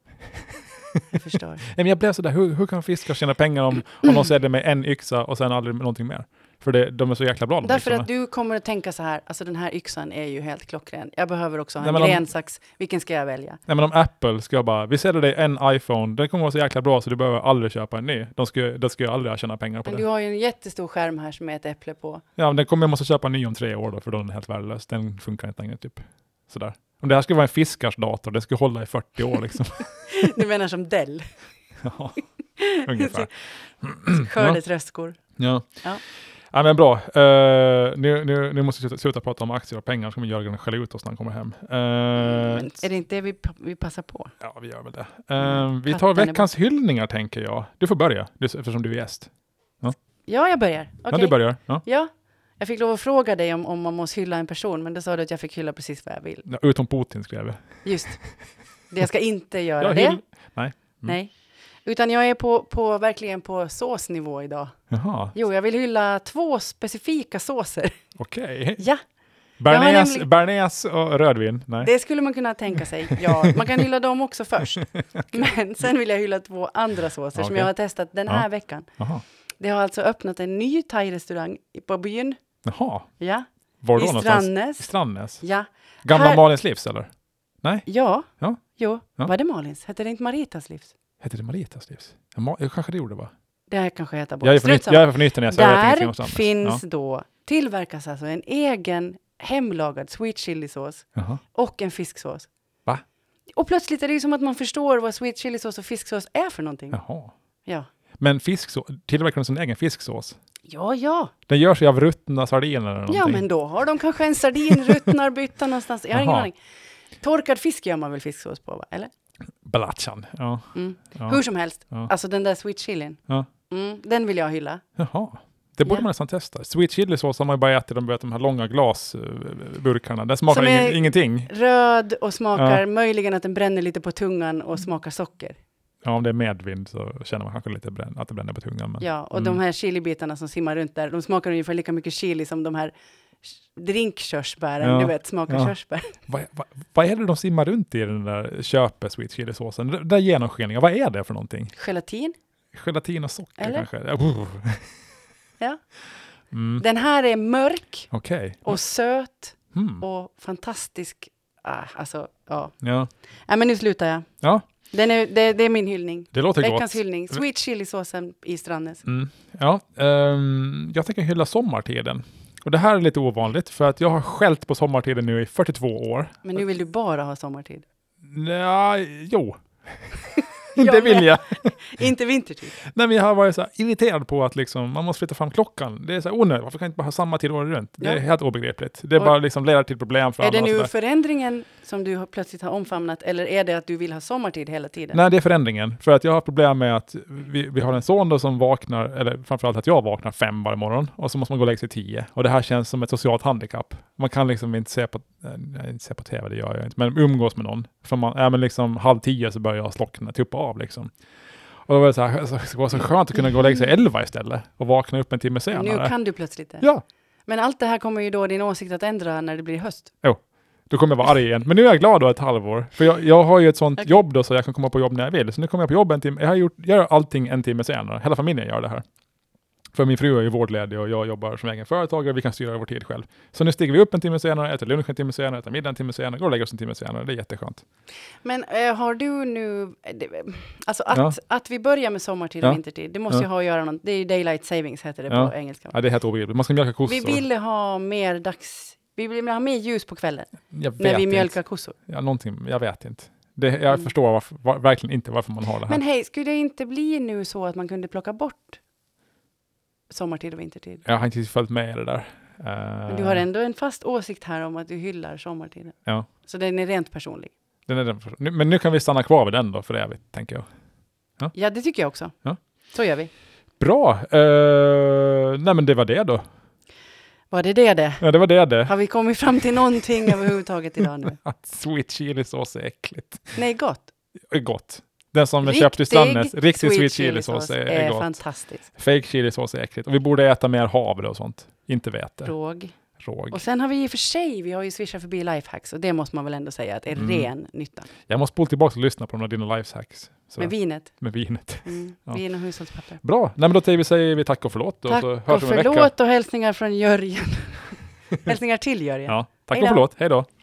Speaker 2: Jag förstår.
Speaker 1: Nej, men jag blev sådär, hur, hur kan fiskar tjäna pengar om, om de säljer med en yxa och sen aldrig någonting mer? För det, de är så jäkla bra de
Speaker 2: Därför
Speaker 1: yxorna.
Speaker 2: att du kommer att tänka så här, alltså den här yxan är ju helt klockren. Jag behöver också ha
Speaker 1: Nej,
Speaker 2: en
Speaker 1: men om-
Speaker 2: grensax, vilken ska jag välja?
Speaker 1: Nej men om Apple ska bara, vi säljer dig en iPhone, den kommer vara så jäkla bra så du behöver aldrig köpa en ny. De ska, de ska ju aldrig tjäna pengar på
Speaker 2: Men
Speaker 1: det.
Speaker 2: du har ju en jättestor skärm här som är ett äpple på.
Speaker 1: Ja, men den kommer jag måste köpa en ny om tre år då, för då är den helt värdelös. Den funkar inte längre, typ. Sådär. Om det här skulle vara en fiskars dator, det skulle hålla i 40 år liksom.
Speaker 2: Du menar som Dell,
Speaker 1: ja, ungefär. Mm.
Speaker 2: skördetröskor.
Speaker 1: Ja.
Speaker 2: Ja.
Speaker 1: Ja, men bra. Eh, nu, nu, nu måste vi sluta, sluta prata om aktier och pengar, så kommer Jörgen skälla ut oss när han kommer hem. Eh,
Speaker 2: Mm, Men Är det inte det vi, pa- vi passar på?
Speaker 1: Ja, vi gör väl det.
Speaker 2: Mm.
Speaker 1: Eh, vi tar
Speaker 2: Katten är
Speaker 1: veckans hyllningar, tänker jag. Du får börja, du, eftersom du är gäst.
Speaker 2: Ja, jag börjar. Okej.
Speaker 1: Ja, du börjar. Ja.
Speaker 2: Ja. Jag fick lov att fråga dig om, om man måste hylla en person, men då sa du att jag fick hylla precis vad jag vill.
Speaker 1: Ja, Utom Putin, skrev jag.
Speaker 2: Just. Det, jag ska inte göra
Speaker 1: Ja,
Speaker 2: det.
Speaker 1: hyll- Nej. Mm.
Speaker 2: Nej. Utan jag är på, på, verkligen på såsnivå idag.
Speaker 1: Jaha,
Speaker 2: Jo, jag vill hylla två specifika såser.
Speaker 1: okej.
Speaker 2: Ja, Jag har
Speaker 1: Bearnaise
Speaker 2: nämligen-
Speaker 1: bearnaise och rödvin? Nej.
Speaker 2: det skulle man kunna tänka sig. Ja, man kan hylla dem också först. Men sen vill jag hylla två andra såser som
Speaker 1: Okej.
Speaker 2: jag har testat den här
Speaker 1: Ja.
Speaker 2: veckan.
Speaker 1: Jaha.
Speaker 2: Det har alltså öppnat en ny thai-restaurang i- på byn.
Speaker 1: Jaha.
Speaker 2: Ja,
Speaker 1: Var då
Speaker 2: i
Speaker 1: någonstans? I
Speaker 2: Strandnäs.
Speaker 1: Strandnäs?
Speaker 2: Ja,
Speaker 1: Gamla
Speaker 2: Här-
Speaker 1: Malins Livs eller?
Speaker 2: ja,
Speaker 1: Ja.
Speaker 2: jo,
Speaker 1: Ja.
Speaker 2: var det Malins? Hette det inte Maritas livs?
Speaker 1: Hette det Maritas Livs? Ja, Ma- jag kanske det gjorde va?
Speaker 2: Det här kanske jag tar bort.
Speaker 1: Jag är från,
Speaker 2: Strunt
Speaker 1: Yt- jag är från Ytternäs, så jag vet ingenting om
Speaker 2: Där
Speaker 1: Strandnäs.
Speaker 2: finns då, tillverkas alltså en egen hemlagad sweet chili-sås
Speaker 1: Ja. Jaha.
Speaker 2: och en fisksås.
Speaker 1: Va?
Speaker 2: Och plötsligt är det ju som att man förstår vad sweet chili-sås och fisksås är för någonting. Ja,
Speaker 1: Jaha.
Speaker 2: ja,
Speaker 1: Men fisksås, tillverkar de sin egen fisksås?
Speaker 2: ja. Ja,
Speaker 1: Den görs ju av ruttna sardiner eller någonting.
Speaker 2: men då har de kanske en sardin, ruttnar, bytta någonstans. Jag har ingen
Speaker 1: Jaha.
Speaker 2: aning. Torkad fisk gör man väl fisksås på, va? eller?
Speaker 1: Balachan. Ja.
Speaker 2: Mm.
Speaker 1: Ja.
Speaker 2: Hur som helst,
Speaker 1: Ja.
Speaker 2: alltså den där sweet chilin,
Speaker 1: Ja.
Speaker 2: mm, den vill jag hylla.
Speaker 1: Jaha. Det borde
Speaker 2: Ja.
Speaker 1: man nästan testa. Sweet chili-sås har man ju bara ätit de, vet, de här långa glasburkarna. Den smakar
Speaker 2: Som
Speaker 1: ingen,
Speaker 2: är-
Speaker 1: ingenting.
Speaker 2: Röd och smakar,
Speaker 1: Ja.
Speaker 2: möjligen att den bränner lite på tungan och smakar socker.
Speaker 1: Ja, om det är medvind så känner man kanske lite brän- att det bränner på tungan. Men...
Speaker 2: Ja, och
Speaker 1: Mm.
Speaker 2: de här chilibitarna som simmar runt där, de smakar ungefär lika mycket chili som de här sh- drinkkörsbären,
Speaker 1: Ja.
Speaker 2: du vet, smakar
Speaker 1: Ja.
Speaker 2: körsbär.
Speaker 1: Vad, vad, vad är det de simmar runt i den där köpe sweet chili-såsen? Den där genomskinliga, vad är det för någonting?
Speaker 2: Gelatin.
Speaker 1: Gelatin och socker
Speaker 2: Eller?
Speaker 1: kanske? Ja, brr.
Speaker 2: Ja.
Speaker 1: Mm,
Speaker 2: Den här är mörk
Speaker 1: Okej.
Speaker 2: och söt
Speaker 1: Mm,
Speaker 2: och fantastisk. Ah, alltså, ja.
Speaker 1: Ja.
Speaker 2: Nej, men nu slutar jag.
Speaker 1: ja,
Speaker 2: Den är, det, det är min hyllning.
Speaker 1: det låter
Speaker 2: Veckans
Speaker 1: gott.
Speaker 2: hyllning. Sweet chili-såsen i Strandnäs.
Speaker 1: Mm. Ja, ehm, jag tänker hylla sommartiden. Och det här är lite ovanligt för att jag har skällt på sommartiden nu i 42 år.
Speaker 2: Men nu vill du bara ha sommartid.
Speaker 1: Nja, jo.
Speaker 2: Jag
Speaker 1: det vill
Speaker 2: med.
Speaker 1: jag.
Speaker 2: Inte vintertid.
Speaker 1: Nej, men jag har varit så här irriterad på att liksom, man måste flytta fram klockan. Det är så här onödigt, varför kan jag inte bara ha samma tid året runt? Det är
Speaker 2: Ja.
Speaker 1: helt obegripligt. Det är
Speaker 2: Och-
Speaker 1: bara liksom leder till problem för
Speaker 2: Är
Speaker 1: alla.
Speaker 2: det
Speaker 1: och så
Speaker 2: nu
Speaker 1: alltså, där.
Speaker 2: förändringen som du har plötsligt har omfamnat eller är det att du vill ha sommartid hela tiden?
Speaker 1: Nej, det är förändringen. För att jag har problem med att vi, vi har en son då som vaknar, eller framförallt att jag vaknar fem varje morgon och så måste man gå och lägga sig tio. Och det här känns som ett socialt handikapp. Man kan liksom inte se på nej, inte se på tv, det gör jag inte, men umgås med någon. För man, ja, men liksom halv tio så börjar jag slockna, tuppa av liksom. Och då var det så här, så- det var så skönt att kunna gå och lägga sig elva istället och vakna upp en timme senare.
Speaker 2: Nu kan du plötsligt det.
Speaker 1: Ja,
Speaker 2: Men allt det här kommer ju då din åsikt att ändra när det blir höst.
Speaker 1: då kommer jag vara arg igen. Men nu är jag glad då ett halvår. För jag, jag har ju ett sånt
Speaker 2: Okej.
Speaker 1: jobb då så jag kan komma på jobb när jag vill. Så nu kommer jag på jobb en timme. Jag har gjort, gör allting en timme senare. Hela familjen gör det här. För min fru är ju vårdledig och jag jobbar som egen företagare. Vi kan styra vår tid själv. Så nu stiger vi upp en timme senare, äter lunch en timme senare, äter middag en timme senare, går och lägger oss en timme senare. Det är jätteskönt.
Speaker 2: Men eh, har du nu, eh, det- alltså att,
Speaker 1: Ja.
Speaker 2: att vi börjar med sommartid och
Speaker 1: Ja.
Speaker 2: vintertid, det måste
Speaker 1: Ja.
Speaker 2: ju ha att göra något, det är ju daylight savings heter det
Speaker 1: Ja.
Speaker 2: på engelska.
Speaker 1: Ja, det är helt obegripligt. Man ska mjölka kossor.
Speaker 2: Vi ville ha mer dags, vi ville ha mer ljus på kvällen
Speaker 1: jag vet
Speaker 2: när vi
Speaker 1: inte.
Speaker 2: mjölkar kossor.
Speaker 1: Ja, någonting, jag vet inte. Det, jag
Speaker 2: Mm.
Speaker 1: förstår varför, var, verkligen inte varför man har det här.
Speaker 2: Men hej, skulle det inte bli nu så att man kunde plocka bort sommartid och vintertid?
Speaker 1: jag har inte följt med i det där.
Speaker 2: Men du har ändå en fast åsikt här om att du hyllar sommartiden.
Speaker 1: Eh. Ja.
Speaker 2: Så den är rent personlig.
Speaker 1: Den är den för, nu, men nu kan vi stanna kvar vid den då för evigt, tänker jag.
Speaker 2: Ja, det tycker jag också.
Speaker 1: Ja.
Speaker 2: Så gör vi.
Speaker 1: Bra! Eh, nej, men det var det då.
Speaker 2: Var det det det?
Speaker 1: Ja, det var det det.
Speaker 2: Har vi kommit fram till någonting överhuvudtaget idag nu?
Speaker 1: Att sweet chilisås är äckligt.
Speaker 2: Nej, gott.
Speaker 1: Är Gott. Den som är köpt i Stamnes, riktig sweet chilisås är, är gott.
Speaker 2: fantastisk.
Speaker 1: Fake chilisås är äckligt. Och vi borde äta mer havre och sånt. Inte vete.
Speaker 2: Råg.
Speaker 1: Råg.
Speaker 2: Och sen har vi i och för sig, vi har ju swishat förbi lifehacks och det måste man väl ändå säga att är
Speaker 1: Mm.
Speaker 2: ren nytta.
Speaker 1: Jag måste spola tillbaka och lyssna på de där dina lifehacks. Så,
Speaker 2: Med vinet.
Speaker 1: med vinet.
Speaker 2: Mm.
Speaker 1: Ja.
Speaker 2: Vin och hushållspapper.
Speaker 1: Bra. Nej, men då säger vi, säger vi tack och förlåt. Och
Speaker 2: Tack
Speaker 1: så
Speaker 2: och
Speaker 1: hörs vi om en vecka.
Speaker 2: förlåt och hälsningar från Jörgen. hälsningar till Jörgen.
Speaker 1: Ja, tack
Speaker 2: Hej
Speaker 1: och
Speaker 2: då.
Speaker 1: förlåt. Hej då.